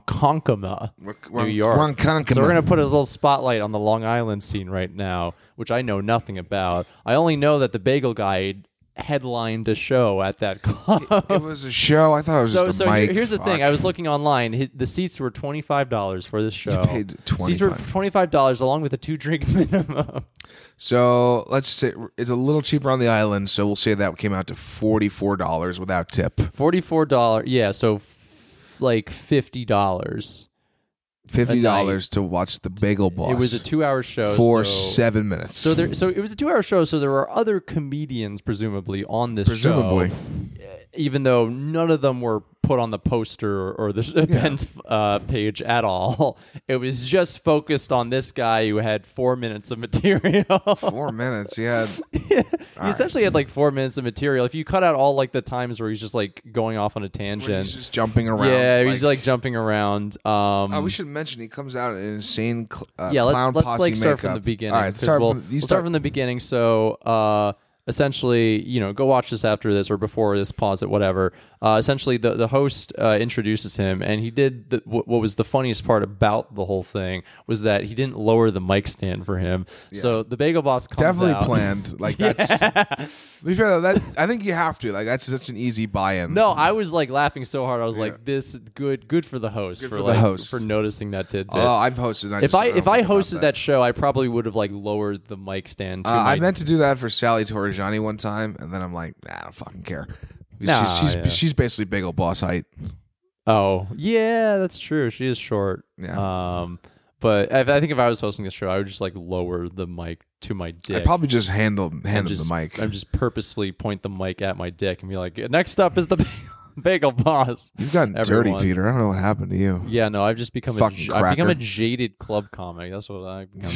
[SPEAKER 1] Ronkonkoma,
[SPEAKER 2] Ron-
[SPEAKER 1] New York.
[SPEAKER 2] Ronkonkoma.
[SPEAKER 1] So we're gonna put a little spotlight on the Long Island scene right now, which I know nothing about. I only know that the Bagel Guide headlined a show at that [laughs] club.
[SPEAKER 2] It was a show. I thought it was
[SPEAKER 1] so
[SPEAKER 2] just a
[SPEAKER 1] so here-
[SPEAKER 2] mic.
[SPEAKER 1] here's the
[SPEAKER 2] Fuck.
[SPEAKER 1] thing. I was looking online. Hi- the seats were twenty five dollars for this show.
[SPEAKER 2] paid
[SPEAKER 1] Seats were
[SPEAKER 2] $25.
[SPEAKER 1] twenty five dollars along with a two drink [laughs] minimum.
[SPEAKER 2] So let's say it's a little cheaper on the island. So we'll say that came out to forty four dollars without tip.
[SPEAKER 1] Forty four dollars. Yeah, so f- like fifty dollars.
[SPEAKER 2] Fifty dollars to watch the Bagel Boss.
[SPEAKER 1] It was a two hour show
[SPEAKER 2] for
[SPEAKER 1] so-
[SPEAKER 2] seven minutes.
[SPEAKER 1] So there, so it was a two-hour show. So there were other comedians, presumably, on this
[SPEAKER 2] presumably
[SPEAKER 1] show. Uh, even though none of them were put on the poster or the [laughs] event uh, page at all. [laughs] It was just focused on this guy who had four minutes of [laughs]
[SPEAKER 2] [laughs]
[SPEAKER 1] material.
[SPEAKER 2] [laughs] four
[SPEAKER 1] [laughs]
[SPEAKER 2] minutes. Yeah,
[SPEAKER 1] he essentially had like four minutes of material. If you cut out all like the times where he's just like going off on a tangent,
[SPEAKER 2] he's just jumping around.
[SPEAKER 1] yeah,
[SPEAKER 2] like,
[SPEAKER 1] he's like jumping around. Um,
[SPEAKER 2] Oh, we should mention he comes out in an insane cl- uh,
[SPEAKER 1] yeah,
[SPEAKER 2] clown
[SPEAKER 1] let's let's
[SPEAKER 2] posse
[SPEAKER 1] like start from the
[SPEAKER 2] makeup.
[SPEAKER 1] beginning.
[SPEAKER 2] All right,
[SPEAKER 1] 'cause
[SPEAKER 2] start
[SPEAKER 1] we'll,
[SPEAKER 2] from you
[SPEAKER 1] we'll
[SPEAKER 2] start,
[SPEAKER 1] start from the beginning. So uh, essentially, you know, go watch this after this or before this. Pause it, whatever. Uh, essentially, the the host uh, introduces him, and he did the, wh- what was the funniest part about the whole thing was that he didn't lower the mic stand for him. So the bagel boss comes
[SPEAKER 2] definitely
[SPEAKER 1] out.
[SPEAKER 2] planned. Like that's to be fair though, that I think you have to. Like that's such an easy
[SPEAKER 1] [laughs]
[SPEAKER 2] buy-in.
[SPEAKER 1] No, I was like laughing so hard. I was like, "This good, good for the host for,
[SPEAKER 2] for the
[SPEAKER 1] like
[SPEAKER 2] host.
[SPEAKER 1] for noticing that tidbit."
[SPEAKER 2] Oh, I've hosted. and I
[SPEAKER 1] if
[SPEAKER 2] just-
[SPEAKER 1] I
[SPEAKER 2] don't
[SPEAKER 1] if I
[SPEAKER 2] think about
[SPEAKER 1] hosted that. show, I probably would have like lowered the mic stand. To
[SPEAKER 2] Uh,
[SPEAKER 1] my
[SPEAKER 2] I meant to do that for Sally Torrijani one time, and then I'm like, nah, I don't fucking care. She's-
[SPEAKER 1] Nah,
[SPEAKER 2] she's she's,
[SPEAKER 1] yeah.
[SPEAKER 2] basically big old boss height.
[SPEAKER 1] Oh, yeah, that's true. She is short.
[SPEAKER 2] Yeah.
[SPEAKER 1] Um, but I, I think if I was hosting this show, I would just like lower the mic to my dick.
[SPEAKER 2] I probably just handled
[SPEAKER 1] and
[SPEAKER 2] handled
[SPEAKER 1] just,
[SPEAKER 2] the mic.
[SPEAKER 1] And just purposefully point the mic at my dick and be like, next up is the bagel- [laughs] bagel boss.
[SPEAKER 2] You've gotten dirty,
[SPEAKER 1] Everyone.
[SPEAKER 2] Peter. I don't know what happened to you.
[SPEAKER 1] Yeah, no, I've just become a,
[SPEAKER 2] Fucking
[SPEAKER 1] j- I've become a
[SPEAKER 2] cracker.
[SPEAKER 1] jaded club comic. That's what I've
[SPEAKER 2] [laughs]
[SPEAKER 1] become.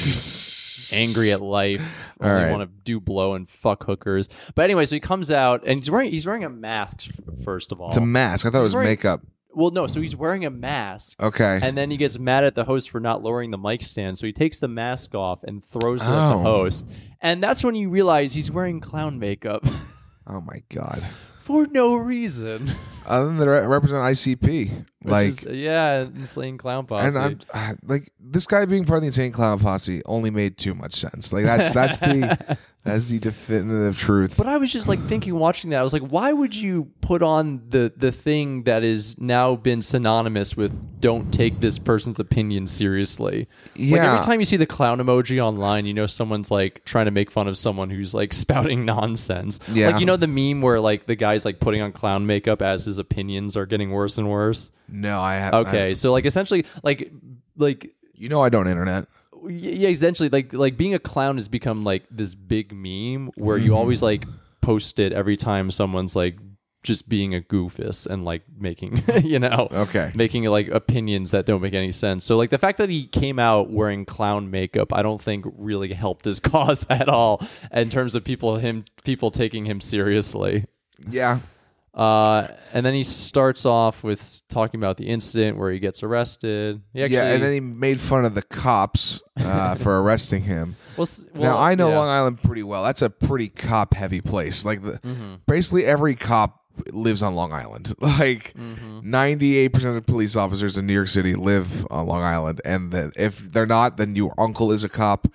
[SPEAKER 1] angry at life.
[SPEAKER 2] All
[SPEAKER 1] only
[SPEAKER 2] right.
[SPEAKER 1] want to do blow and fuck hookers. But anyway, so he comes out and he's wearing he's wearing a mask f- first of all.
[SPEAKER 2] It's a mask. I thought it was
[SPEAKER 1] wearing-
[SPEAKER 2] makeup.
[SPEAKER 1] well, no, so he's wearing a mask.
[SPEAKER 2] Okay.
[SPEAKER 1] And then he gets mad at the host for not lowering the mic stand, so he takes the mask off and throws it at the
[SPEAKER 2] Oh.
[SPEAKER 1] host. And that's when you realize he's wearing clown makeup [laughs]
[SPEAKER 2] oh my god.
[SPEAKER 1] for no reason.
[SPEAKER 2] Other than they re- represent ICP,
[SPEAKER 1] Which
[SPEAKER 2] like.
[SPEAKER 1] is- yeah, insane clown posse.
[SPEAKER 2] and I'm I- like this guy being part of the insane clown posse only made too much sense. Like that's that's
[SPEAKER 1] [laughs]
[SPEAKER 2] the that's the definitive truth.
[SPEAKER 1] but I was just like thinking, watching that, I was like, why would you put on the the thing that has now been synonymous with "don't take this person's opinion seriously"? Like
[SPEAKER 2] Yeah.
[SPEAKER 1] every time you see the clown emoji online, you know someone's like trying to make fun of someone who's like [laughs] spouting nonsense.
[SPEAKER 2] Yeah.
[SPEAKER 1] Like you know the meme where like the guy's like putting on clown makeup as his opinions are getting worse and worse.
[SPEAKER 2] no, I have
[SPEAKER 1] Okay, so like essentially like like
[SPEAKER 2] you know I don't internet.
[SPEAKER 1] Y- yeah essentially like like being a clown has become like this big meme where
[SPEAKER 2] Mm-hmm.
[SPEAKER 1] you always like post it every time someone's like just being a goofus and like making [laughs] you know
[SPEAKER 2] Okay.
[SPEAKER 1] making like opinions that don't make any sense so like the fact that he came out wearing clown makeup i don't think really helped his [laughs] cause at all in terms of people him people taking him seriously
[SPEAKER 2] Yeah,
[SPEAKER 1] uh and then he starts off with talking about the incident where he gets arrested he actually,
[SPEAKER 2] yeah, and then he made fun of the cops uh, for arresting him.
[SPEAKER 1] well, s-
[SPEAKER 2] now
[SPEAKER 1] well,
[SPEAKER 2] I know
[SPEAKER 1] yeah.
[SPEAKER 2] Long Island pretty well. That's a pretty cop-heavy place. Like the,
[SPEAKER 1] Mm-hmm.
[SPEAKER 2] basically every cop lives on Long Island. [laughs] Like
[SPEAKER 1] Mm-hmm.
[SPEAKER 2] 98 percent of police officers in New York City live on Long Island, and the, if they're not, then your uncle is a cop,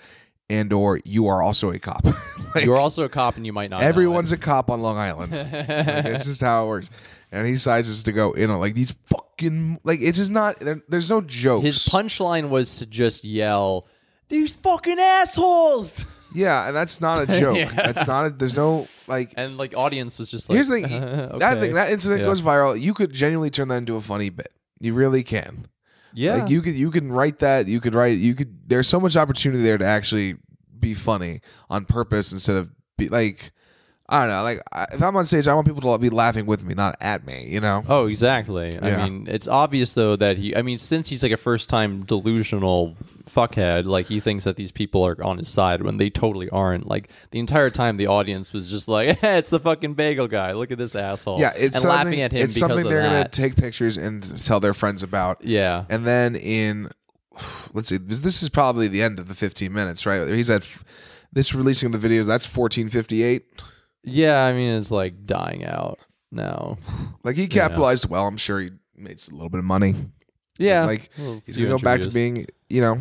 [SPEAKER 2] and or you are also a cop. [laughs] Like,
[SPEAKER 1] You're also a cop, and you might not. know it.
[SPEAKER 2] Everyone's a cop on Long Island. like,
[SPEAKER 1] [laughs]
[SPEAKER 2] that's just how it works. And he decides to go in on like these fucking like it's just not there, there's no jokes.
[SPEAKER 1] His punchline was to just yell, "These fucking assholes!"
[SPEAKER 2] Yeah, and that's not
[SPEAKER 1] [laughs]
[SPEAKER 2] a joke. That's not a there's no like
[SPEAKER 1] And like, audience was just like, [laughs] "Uh-huh."
[SPEAKER 2] here's the thing that
[SPEAKER 1] okay.
[SPEAKER 2] thing that incident
[SPEAKER 1] Yeah.
[SPEAKER 2] goes viral. You could genuinely turn that into a funny bit. You really can.
[SPEAKER 1] yeah,
[SPEAKER 2] Like you could you can write that, you could write you could there's so much opportunity there to actually be funny on purpose instead of be like I don't know, like I, if I'm on stage, I want people to be laughing with me, not at me, you know.
[SPEAKER 1] Oh, exactly. I
[SPEAKER 2] Yeah.
[SPEAKER 1] mean, it's obvious though that he. I mean, since he's like a first-time delusional fuckhead, like he thinks that these people are on his side when they totally aren't. Like the entire time, the audience was just like, [laughs] "Eh, "It's the fucking bagel guy. Look at this asshole."
[SPEAKER 2] Yeah, it's
[SPEAKER 1] Oh, and
[SPEAKER 2] something,
[SPEAKER 1] laughing at him
[SPEAKER 2] It's
[SPEAKER 1] because
[SPEAKER 2] something
[SPEAKER 1] of
[SPEAKER 2] they're gonna
[SPEAKER 1] that.
[SPEAKER 2] take pictures and tell their friends about.
[SPEAKER 1] yeah,
[SPEAKER 2] And then in, [sighs] let's see, this this is probably the end of the 15 minutes, right? He's at f- this releasing of the videos. That's 1458.
[SPEAKER 1] yeah. I mean, it's like dying out now.
[SPEAKER 2] Like he capitalized well. I'm sure he made a little bit of money.
[SPEAKER 1] Yeah,
[SPEAKER 2] Like
[SPEAKER 1] Well,
[SPEAKER 2] he's
[SPEAKER 1] few
[SPEAKER 2] gonna go back to
[SPEAKER 1] interviews.
[SPEAKER 2] being, you know,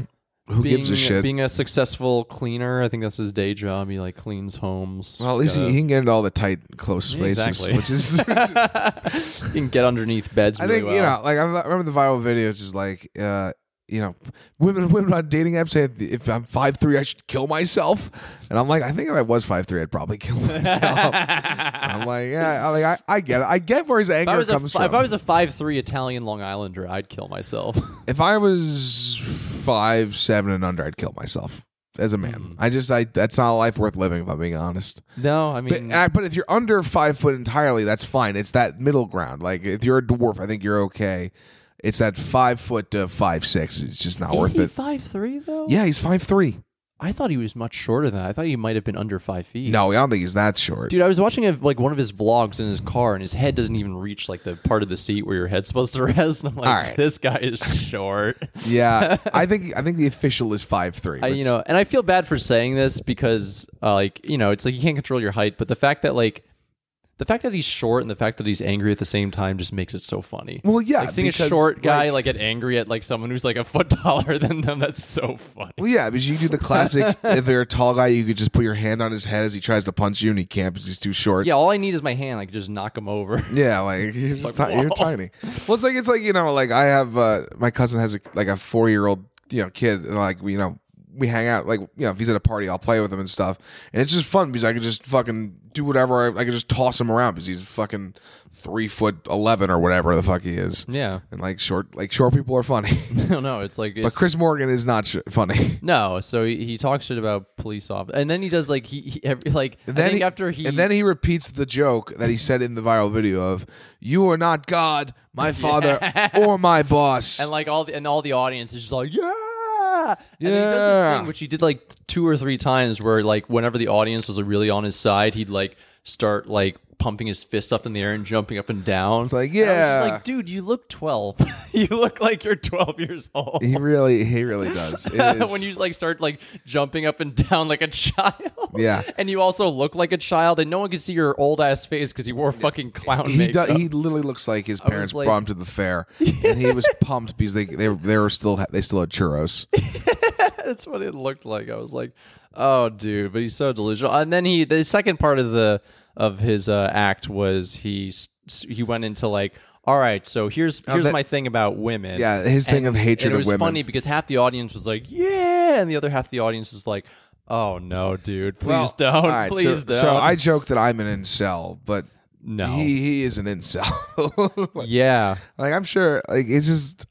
[SPEAKER 2] who
[SPEAKER 1] being,
[SPEAKER 2] gives a shit?
[SPEAKER 1] Being a successful cleaner, I think that's his day job. He like cleans homes.
[SPEAKER 2] well, at least he, he can get into all the tight, close
[SPEAKER 1] Yeah,
[SPEAKER 2] spaces,
[SPEAKER 1] exactly.
[SPEAKER 2] which is.
[SPEAKER 1] [laughs] he can get underneath beds.
[SPEAKER 2] I
[SPEAKER 1] really
[SPEAKER 2] think
[SPEAKER 1] well.
[SPEAKER 2] you know, like I remember the viral videos is like, uh, you know, women [laughs] women on dating apps say if I'm five three, I should kill myself, and I'm like, I think if I was five three, I'd probably kill [laughs]
[SPEAKER 1] [laughs]
[SPEAKER 2] myself. I'm like, yeah, I, like I, I get it. I get where his
[SPEAKER 1] If I
[SPEAKER 2] anger
[SPEAKER 1] was a
[SPEAKER 2] comes
[SPEAKER 1] fi- if
[SPEAKER 2] from.
[SPEAKER 1] I was a five three Italian Long Islander, I'd kill myself. [laughs]
[SPEAKER 2] if I was five seven and under, I'd kill myself as a man.
[SPEAKER 1] Hmm.
[SPEAKER 2] I just, I that's not a life worth living if I'm being honest.
[SPEAKER 1] no, I mean,
[SPEAKER 2] But, uh, but if you're under five foot entirely, that's fine. It's that middle ground. Like if you're a dwarf, I think you're okay. It's that five foot to five six. It's just not
[SPEAKER 1] is
[SPEAKER 2] worth
[SPEAKER 1] he
[SPEAKER 2] it.
[SPEAKER 1] five three though?
[SPEAKER 2] Yeah, he's five three.
[SPEAKER 1] I thought he was much shorter than that. I thought he might have been under five feet.
[SPEAKER 2] No, I don't think he's that short.
[SPEAKER 1] Dude, I was watching a, like one of his vlogs in his car, and his head doesn't even reach like the part of the seat where your head's supposed to [laughs] rest. And I'm like,
[SPEAKER 2] All right.
[SPEAKER 1] this guy is short. [laughs]
[SPEAKER 2] Yeah, I think I think the official is five three.
[SPEAKER 1] I, you know, and I feel bad for saying this because, uh, like, you know, it's like you can't control your height, but the fact that like, the fact that he's short and the fact that he's angry at the same time just makes it so funny.
[SPEAKER 2] Well, yeah,
[SPEAKER 1] like seeing
[SPEAKER 2] because,
[SPEAKER 1] a short guy
[SPEAKER 2] like-
[SPEAKER 1] like, get angry at like someone who's like a foot [laughs] taller than them. That's so funny.
[SPEAKER 2] Well, yeah, because you do
[SPEAKER 1] [laughs]
[SPEAKER 2] the classic. if you're a tall guy, you could just put your hand on his head as he tries to punch you, and he can't because he's too short.
[SPEAKER 1] Yeah, all I need is my hand. I can just knock him over. [laughs]
[SPEAKER 2] Yeah, like you're, just
[SPEAKER 1] Like,
[SPEAKER 2] ti- you're
[SPEAKER 1] whoa.
[SPEAKER 2] tiny. Well, it's like it's like you know, like I have uh, my cousin has a, like a four year old you know kid, and like we you know we hang out like you know if he's at a party, I'll play with him and stuff, and it's just fun because I can just fucking do whatever I, I can just toss him around because he's fucking three foot eleven or whatever the fuck he is,
[SPEAKER 1] yeah.
[SPEAKER 2] and like short like short people are funny, [laughs]
[SPEAKER 1] No, no, it's like it's,
[SPEAKER 2] but Chris Morgan is not sh- funny.
[SPEAKER 1] No, so he, he talks shit about police officers, and then he does like he, he every, like [laughs]
[SPEAKER 2] And
[SPEAKER 1] I
[SPEAKER 2] then
[SPEAKER 1] think
[SPEAKER 2] he,
[SPEAKER 1] after he
[SPEAKER 2] and then he repeats the joke that he said in the viral video of "You are not God,
[SPEAKER 1] [laughs]
[SPEAKER 2] my father, or my boss."
[SPEAKER 1] and like all the and all the audience is just like yeah. And then he does this
[SPEAKER 2] Yeah.
[SPEAKER 1] thing which he did like two or three times where like whenever the audience was really on his side, he'd like start like pumping his fists up in the air and jumping up and down. It's
[SPEAKER 2] like,
[SPEAKER 1] I was
[SPEAKER 2] yeah.
[SPEAKER 1] just like, dude, you look twelve. [laughs] you look like you're twelve years [laughs] old.
[SPEAKER 2] He really, he really
[SPEAKER 1] [laughs]
[SPEAKER 2] does. It is,
[SPEAKER 1] when you like start like jumping up and [laughs] down like a child.
[SPEAKER 2] Yeah.
[SPEAKER 1] And you also look like a child and no one can see your old ass face because you wore fucking clown
[SPEAKER 2] he
[SPEAKER 1] makeup.
[SPEAKER 2] does, he literally looks like his parents
[SPEAKER 1] like-
[SPEAKER 2] brought him to
[SPEAKER 1] [laughs]
[SPEAKER 2] the fair, and he was pumped because they they they were still they still
[SPEAKER 1] [laughs]
[SPEAKER 2] had churros.
[SPEAKER 1] That's what it looked like. I was like, oh dude, but he's so delusional. And then he the second part of the of his uh, act was he s- s- he went into like all right, so here's here's
[SPEAKER 2] Oh, that-
[SPEAKER 1] my thing about women.
[SPEAKER 2] Yeah, his thing of hatred
[SPEAKER 1] and it
[SPEAKER 2] of
[SPEAKER 1] was
[SPEAKER 2] women.
[SPEAKER 1] funny because half the audience was like, "Yeah," and the other half of the audience was like, "Oh no, dude, please
[SPEAKER 2] Well,
[SPEAKER 1] don't,
[SPEAKER 2] all right, so-
[SPEAKER 1] please
[SPEAKER 2] so,
[SPEAKER 1] don't."
[SPEAKER 2] I joke that I'm an incel, but
[SPEAKER 1] no,
[SPEAKER 2] he he is an incel. [laughs] like,
[SPEAKER 1] yeah,
[SPEAKER 2] I'm sure, like it's just,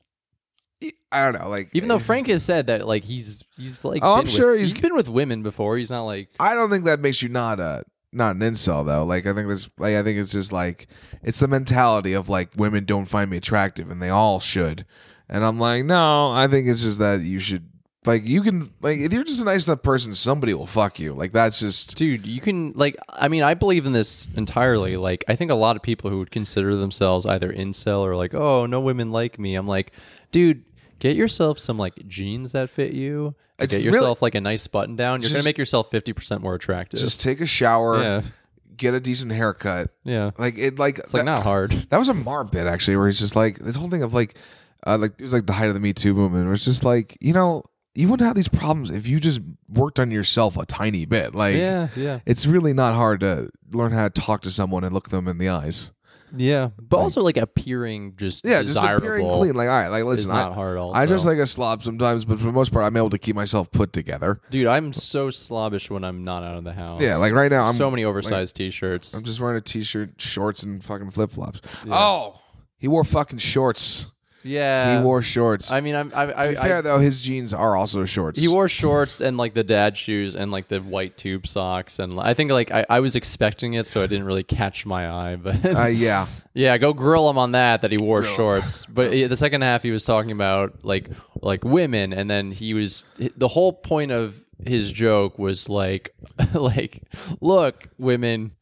[SPEAKER 2] I don't know, like
[SPEAKER 1] Even though
[SPEAKER 2] [laughs]
[SPEAKER 1] Frank has said that, like he's he's like
[SPEAKER 2] Oh, I'm
[SPEAKER 1] been
[SPEAKER 2] sure
[SPEAKER 1] with,
[SPEAKER 2] he's-
[SPEAKER 1] he's been with women before. He's not like
[SPEAKER 2] I don't think that makes you not a not an incel though. Like I think there's like I think it's just like it's the mentality of like women don't find me attractive and they all should. And I'm like, no, I think it's just that you should like you can like if you're just a nice enough person, somebody will fuck you. Like that's just
[SPEAKER 1] dude. You can like I mean I believe in this entirely. Like I think a lot of people who would consider themselves either incel or like oh no women like me. I'm like dude. Get yourself some like jeans that fit you.
[SPEAKER 2] It's
[SPEAKER 1] get
[SPEAKER 2] really-
[SPEAKER 1] yourself like a nice button down. You're gonna
[SPEAKER 2] Just-
[SPEAKER 1] make yourself fifty percent more attractive.
[SPEAKER 2] just take a shower,
[SPEAKER 1] yeah,
[SPEAKER 2] get a decent haircut.
[SPEAKER 1] yeah.
[SPEAKER 2] Like it like
[SPEAKER 1] It's like not
[SPEAKER 2] [laughs]
[SPEAKER 1] hard.
[SPEAKER 2] That was a Mar bit actually, where he's just like this whole thing of like, uh, like it was like the height of the Me Too movement. Where it's just like you know you wouldn't have these problems if you just worked on yourself a tiny bit. Like
[SPEAKER 1] Yeah, yeah.
[SPEAKER 2] it's really not hard to learn how to talk to someone and look them in the eyes.
[SPEAKER 1] Yeah, but also like appearing just
[SPEAKER 2] Yeah,
[SPEAKER 1] desirable.
[SPEAKER 2] just appearing clean. Like all right, like
[SPEAKER 1] is
[SPEAKER 2] listen,
[SPEAKER 1] not
[SPEAKER 2] I,
[SPEAKER 1] hard. Also,
[SPEAKER 2] I just like a slob sometimes, but for the most part, I'm able to keep myself put together.
[SPEAKER 1] dude. I'm so slobbish when I'm not out of the house.
[SPEAKER 2] Yeah, like right now, I'm
[SPEAKER 1] so many oversized t-shirts.
[SPEAKER 2] I'm just wearing a t-shirt, shorts, and fucking flip flops. Oh, he wore fucking shorts.
[SPEAKER 1] yeah,
[SPEAKER 2] he wore shorts.
[SPEAKER 1] I mean, I'm. I, I,
[SPEAKER 2] to be fair
[SPEAKER 1] I,
[SPEAKER 2] though, his jeans are also shorts.
[SPEAKER 1] he wore shorts and like the dad shoes and like the white tube socks and like, I think like I, I was expecting it, so it didn't really catch my eye. But [laughs]
[SPEAKER 2] Uh, yeah.
[SPEAKER 1] yeah, go grill him on that that he wore
[SPEAKER 2] Grill him. [laughs]
[SPEAKER 1] shorts. But yeah, the second half he was talking about like like women, and then he was the whole point of his joke was like [laughs] like look women,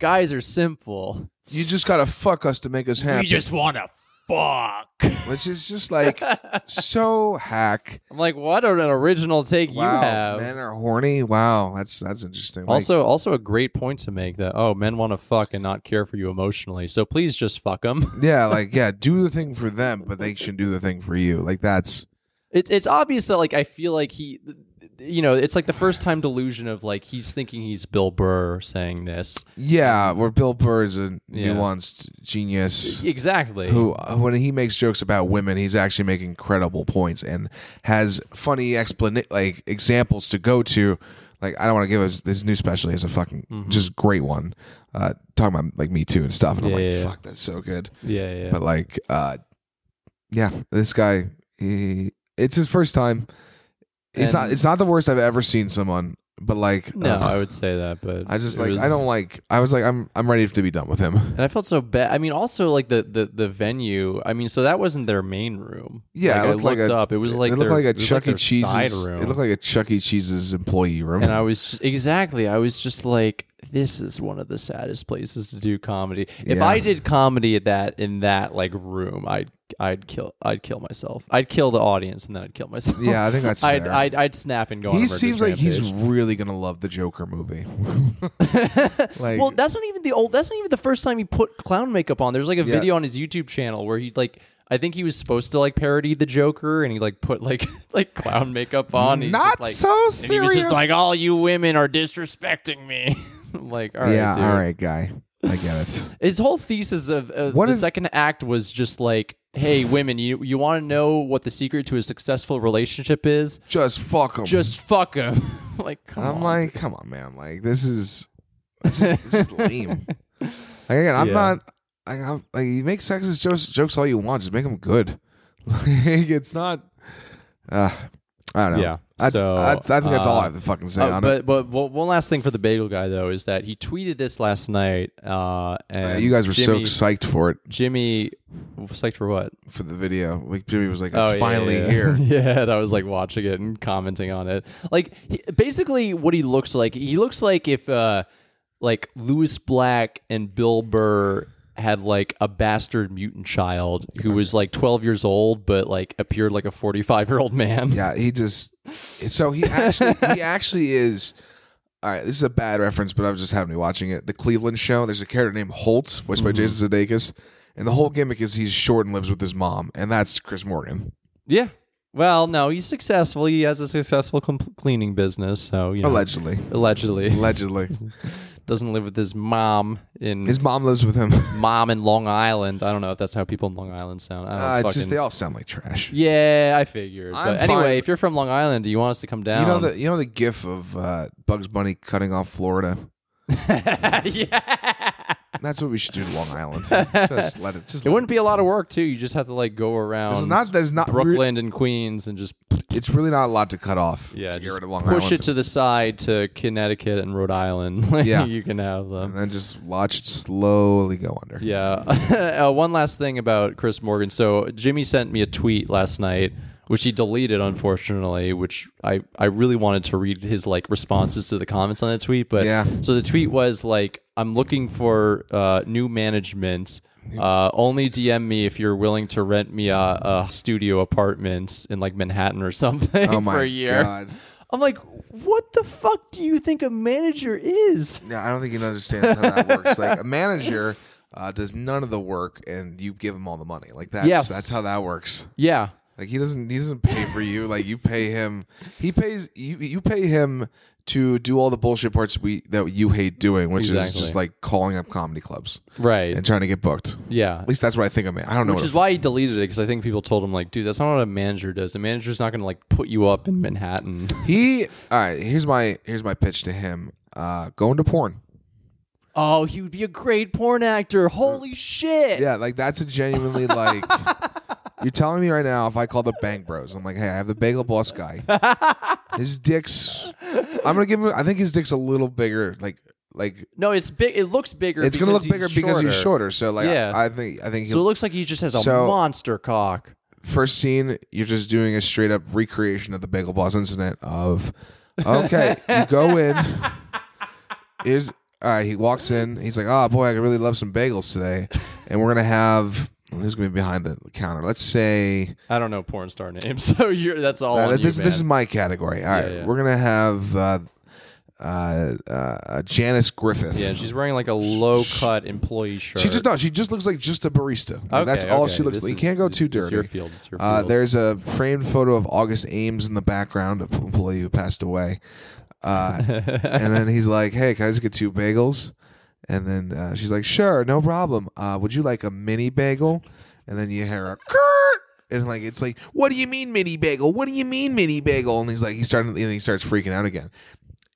[SPEAKER 1] guys are simple.
[SPEAKER 2] You just gotta fuck us
[SPEAKER 1] [laughs]
[SPEAKER 2] to make us happy.
[SPEAKER 1] want to fuck.
[SPEAKER 2] which is just like so hack.
[SPEAKER 1] I'm like, what an original take
[SPEAKER 2] wow,
[SPEAKER 1] you have.
[SPEAKER 2] men are horny. Wow, that's that's interesting. Like,
[SPEAKER 1] Also, also a great point to make that oh, men want to fuck and not care for you emotionally, so please just fuck them.
[SPEAKER 2] yeah, like yeah, do the thing for them, but they should do the thing for you. Like that's
[SPEAKER 1] It's it's obvious that like I feel like he, you know, it's like the first time delusion of like he's thinking he's Bill Burr saying this.
[SPEAKER 2] Yeah, where Bill Burr is a
[SPEAKER 1] Yeah.
[SPEAKER 2] nuanced genius
[SPEAKER 1] Exactly.
[SPEAKER 2] who, uh, when he makes jokes about women, he's actually making credible points and has funny explan like examples to go to. Like I don't want to give his, this new special is a fucking
[SPEAKER 1] Mm-hmm.
[SPEAKER 2] just great one, uh, talking about like Me Too and stuff, and I'm
[SPEAKER 1] Yeah,
[SPEAKER 2] like,
[SPEAKER 1] yeah, yeah.
[SPEAKER 2] fuck, that's so good.
[SPEAKER 1] Yeah, yeah.
[SPEAKER 2] But like, uh, yeah, this guy, he, it's his first time. It's not.
[SPEAKER 1] And-
[SPEAKER 2] It's not the worst I've ever seen someone. But like,
[SPEAKER 1] no,
[SPEAKER 2] ugh,
[SPEAKER 1] I would say that, but
[SPEAKER 2] uh, I just
[SPEAKER 1] it
[SPEAKER 2] like.
[SPEAKER 1] was-
[SPEAKER 2] I don't like. I was like, I'm. I'm ready to be done with him.
[SPEAKER 1] And I felt so bad. I mean, also like the, the the venue. I mean, so that wasn't their main room.
[SPEAKER 2] Yeah,
[SPEAKER 1] like,
[SPEAKER 2] it
[SPEAKER 1] I
[SPEAKER 2] looked
[SPEAKER 1] looked
[SPEAKER 2] like a-
[SPEAKER 1] up. It was like
[SPEAKER 2] it looked
[SPEAKER 1] their-
[SPEAKER 2] like a
[SPEAKER 1] it was
[SPEAKER 2] Chuck E.
[SPEAKER 1] their side
[SPEAKER 2] Cheese's.
[SPEAKER 1] room.
[SPEAKER 2] It looked like a Chuck E. Cheese's employee room. [laughs]
[SPEAKER 1] and I was just, exactly. I was just like, this is one of the saddest places to do comedy. If
[SPEAKER 2] Yeah.
[SPEAKER 1] I did comedy at that in that like room, I'd I'd kill I'd kill myself. I'd kill the audience and then I'd kill myself.
[SPEAKER 2] Yeah, I think that's
[SPEAKER 1] [laughs] I'd,
[SPEAKER 2] fair.
[SPEAKER 1] I'd I'd snap and go. on
[SPEAKER 2] he
[SPEAKER 1] a murderous
[SPEAKER 2] seems like he's
[SPEAKER 1] rampage.
[SPEAKER 2] really gonna love the Joker movie. [laughs] like,
[SPEAKER 1] well, that's not even the old. That's not even the first time he put clown makeup on. There's like a
[SPEAKER 2] Yeah.
[SPEAKER 1] video on his YouTube channel where he like. I think he was supposed to like parody the Joker, and he like put like [laughs] like clown makeup on. He's
[SPEAKER 2] Not
[SPEAKER 1] just, like,
[SPEAKER 2] so
[SPEAKER 1] And he was
[SPEAKER 2] serious.
[SPEAKER 1] just like, "All you women are disrespecting me." [laughs] I'm like, all right,
[SPEAKER 2] yeah,
[SPEAKER 1] dude.
[SPEAKER 2] all right, guy, I get
[SPEAKER 1] [laughs]
[SPEAKER 2] it.
[SPEAKER 1] His whole thesis of uh,
[SPEAKER 2] What
[SPEAKER 1] the
[SPEAKER 2] is-
[SPEAKER 1] second act was just like, "Hey, women, you you want to know what the secret to a successful relationship is?
[SPEAKER 2] Just fuck him.
[SPEAKER 1] Just fuck him." [laughs] like, come
[SPEAKER 2] And I'm
[SPEAKER 1] on.
[SPEAKER 2] like, come on, man. Like this is this is, this is lame.
[SPEAKER 1] [laughs]
[SPEAKER 2] Like again, I'm
[SPEAKER 1] Yeah.
[SPEAKER 2] not. I, I'm, like you make sexist jokes, jokes all you want, just make them good. [laughs] Like it's not. Uh, I don't know.
[SPEAKER 1] Yeah,
[SPEAKER 2] That's,
[SPEAKER 1] so,
[SPEAKER 2] that's- I think that's all I
[SPEAKER 1] uh,
[SPEAKER 2] have to fucking say
[SPEAKER 1] Uh,
[SPEAKER 2] on
[SPEAKER 1] but
[SPEAKER 2] it.
[SPEAKER 1] but one one last thing for the bagel guy though is that he tweeted this last night, uh,
[SPEAKER 2] Uh,
[SPEAKER 1] and
[SPEAKER 2] you guys were
[SPEAKER 1] Jimmy,
[SPEAKER 2] so psyched for it
[SPEAKER 1] Jimmy psyched for what?
[SPEAKER 2] for the video. Like Jimmy was like, "It's
[SPEAKER 1] Oh, yeah,
[SPEAKER 2] finally
[SPEAKER 1] yeah, yeah. [laughs]
[SPEAKER 2] here."
[SPEAKER 1] yeah, and I was like watching it and commenting on it. Like he, basically, what he looks like, he looks like if uh, like Lewis Black and Bill Burr had like a bastard mutant child who was like 12 years old but like appeared like a 45 year old man.
[SPEAKER 2] yeah, he just. So he actually
[SPEAKER 1] [laughs]
[SPEAKER 2] he actually is. All right, this is a bad reference, but I was just having me watching it. The Cleveland Show. There's a character named Holt, voiced
[SPEAKER 1] Mm-hmm.
[SPEAKER 2] by Jason Sudeikis, and the whole gimmick is he's short and lives with his mom, and that's Chris Morgan.
[SPEAKER 1] Yeah. Well, no, he's successful. He has a successful com- cleaning business, so you know,
[SPEAKER 2] Allegedly,
[SPEAKER 1] allegedly
[SPEAKER 2] allegedly,
[SPEAKER 1] [laughs] doesn't live with his mom in
[SPEAKER 2] his mom lives with
[SPEAKER 1] Oh,
[SPEAKER 2] him.
[SPEAKER 1] mom in Long Island. I don't know if that's how people in Long Island sound. I don't
[SPEAKER 2] Uh, it's just
[SPEAKER 1] fucking-
[SPEAKER 2] they all sound like trash.
[SPEAKER 1] yeah, I figured.
[SPEAKER 2] I'm
[SPEAKER 1] but anyway,
[SPEAKER 2] fine.
[SPEAKER 1] if you're from Long Island, do you want us to come down?
[SPEAKER 2] You know the you know the gif of uh, Bugs Bunny cutting off Florida. [laughs]
[SPEAKER 1] yeah.
[SPEAKER 2] That's what we should do to
[SPEAKER 1] [laughs]
[SPEAKER 2] Long Island. just let it. Just
[SPEAKER 1] It
[SPEAKER 2] let
[SPEAKER 1] wouldn't be a lot of work too. You just have to like go around.
[SPEAKER 2] There's not- there's not re-
[SPEAKER 1] Brooklyn and Queens and just
[SPEAKER 2] It's really not a lot to cut off.
[SPEAKER 1] yeah,
[SPEAKER 2] to get
[SPEAKER 1] just
[SPEAKER 2] rid of Long
[SPEAKER 1] push
[SPEAKER 2] Island.
[SPEAKER 1] it to the side to Connecticut and Rhode Island. [laughs] Like,
[SPEAKER 2] Yeah.
[SPEAKER 1] you can have them.
[SPEAKER 2] and then just watch it slowly go under.
[SPEAKER 1] Yeah. [laughs] uh, one last thing about Chris Morgan. So Jimmy sent me a tweet last night, which he deleted, unfortunately. Which I I really wanted to read his like responses to the comments on that tweet, but
[SPEAKER 2] Yeah.
[SPEAKER 1] So the tweet was like, "I'm looking for uh, new management." Uh, only DM me if you're willing to rent me a, a studio apartment in like Manhattan or something
[SPEAKER 2] Oh my
[SPEAKER 1] [laughs] for a year.
[SPEAKER 2] god!
[SPEAKER 1] I'm like, what the fuck do you think a manager is?
[SPEAKER 2] No, I don't think he understands how that works. Like
[SPEAKER 1] [laughs]
[SPEAKER 2] a manager uh, does none of the work, and you give him all the money. Like that's
[SPEAKER 1] Yes.
[SPEAKER 2] that's how that works.
[SPEAKER 1] Yeah,
[SPEAKER 2] Like he doesn't he doesn't pay for you. Like you pay him. He pays you. You pay him to do all the bullshit parts we that you hate doing, which
[SPEAKER 1] Exactly.
[SPEAKER 2] is just like calling up comedy clubs
[SPEAKER 1] right.
[SPEAKER 2] and trying to get booked.
[SPEAKER 1] yeah,
[SPEAKER 2] At least that's what I think of. Man, I don't know.
[SPEAKER 1] Which
[SPEAKER 2] what
[SPEAKER 1] is why he deleted it because I think people told him like, dude, that's not what a manager does. A manager's not going to like put you up in Manhattan.
[SPEAKER 2] he. All right. Here's my here's my pitch to him. Uh, go into porn.
[SPEAKER 1] Oh, he would be a great porn actor. Holy shit!
[SPEAKER 2] Yeah, like that's a
[SPEAKER 1] [laughs]
[SPEAKER 2] genuinely like. you're telling me right now if I call the Bang Bros, I'm like, hey, I have the Bagel Boss
[SPEAKER 1] [laughs]
[SPEAKER 2] guy. His dick's. I'm gonna give him. I think his dick's a little bigger. Like, like
[SPEAKER 1] No, it's big. It looks bigger.
[SPEAKER 2] it's gonna look
[SPEAKER 1] because
[SPEAKER 2] bigger
[SPEAKER 1] he's
[SPEAKER 2] because he's shorter. So like,
[SPEAKER 1] Yeah.
[SPEAKER 2] I, I think I think
[SPEAKER 1] So [laughs] it
[SPEAKER 2] he'll,
[SPEAKER 1] looks like he just has a
[SPEAKER 2] So-
[SPEAKER 1] monster cock.
[SPEAKER 2] first scene you're just doing a straight up recreation of the Bagel Boss incident of. Okay, you go
[SPEAKER 1] [laughs]
[SPEAKER 2] in. Here's all right. He walks in. He's like, oh boy, I could really love some bagels today, and we're gonna have. Who's gonna be behind the counter? Let's say.
[SPEAKER 1] I don't know porn star names, [laughs] so you're that's all.
[SPEAKER 2] Uh,
[SPEAKER 1] on
[SPEAKER 2] this,
[SPEAKER 1] you,
[SPEAKER 2] this is
[SPEAKER 1] man.
[SPEAKER 2] my category. All right,
[SPEAKER 1] yeah.
[SPEAKER 2] we're gonna have uh, uh, uh, Janice Griffith.
[SPEAKER 1] Yeah, she's wearing like a low cut employee shirt.
[SPEAKER 2] She just no, she just looks like just a barista. Like, that's
[SPEAKER 1] Okay,
[SPEAKER 2] all
[SPEAKER 1] okay,
[SPEAKER 2] she looks
[SPEAKER 1] this
[SPEAKER 2] like. You
[SPEAKER 1] is-
[SPEAKER 2] can't go
[SPEAKER 1] this-
[SPEAKER 2] too
[SPEAKER 1] this is
[SPEAKER 2] dirty.
[SPEAKER 1] your field. It's your
[SPEAKER 2] Uh,
[SPEAKER 1] field.
[SPEAKER 2] there's a framed photo of August Ames in the background, an employee who passed away.
[SPEAKER 1] [laughs]
[SPEAKER 2] Uh, and then he's like, "Hey, can I just get two bagels?" And then uh, she's like, "Sure, no problem. Uh, would you like a mini bagel?" And then you hear a Kurt, and like it's like, "What do you mean mini bagel? What do you mean mini bagel?" And he's like, he's starting, and he starts freaking out again.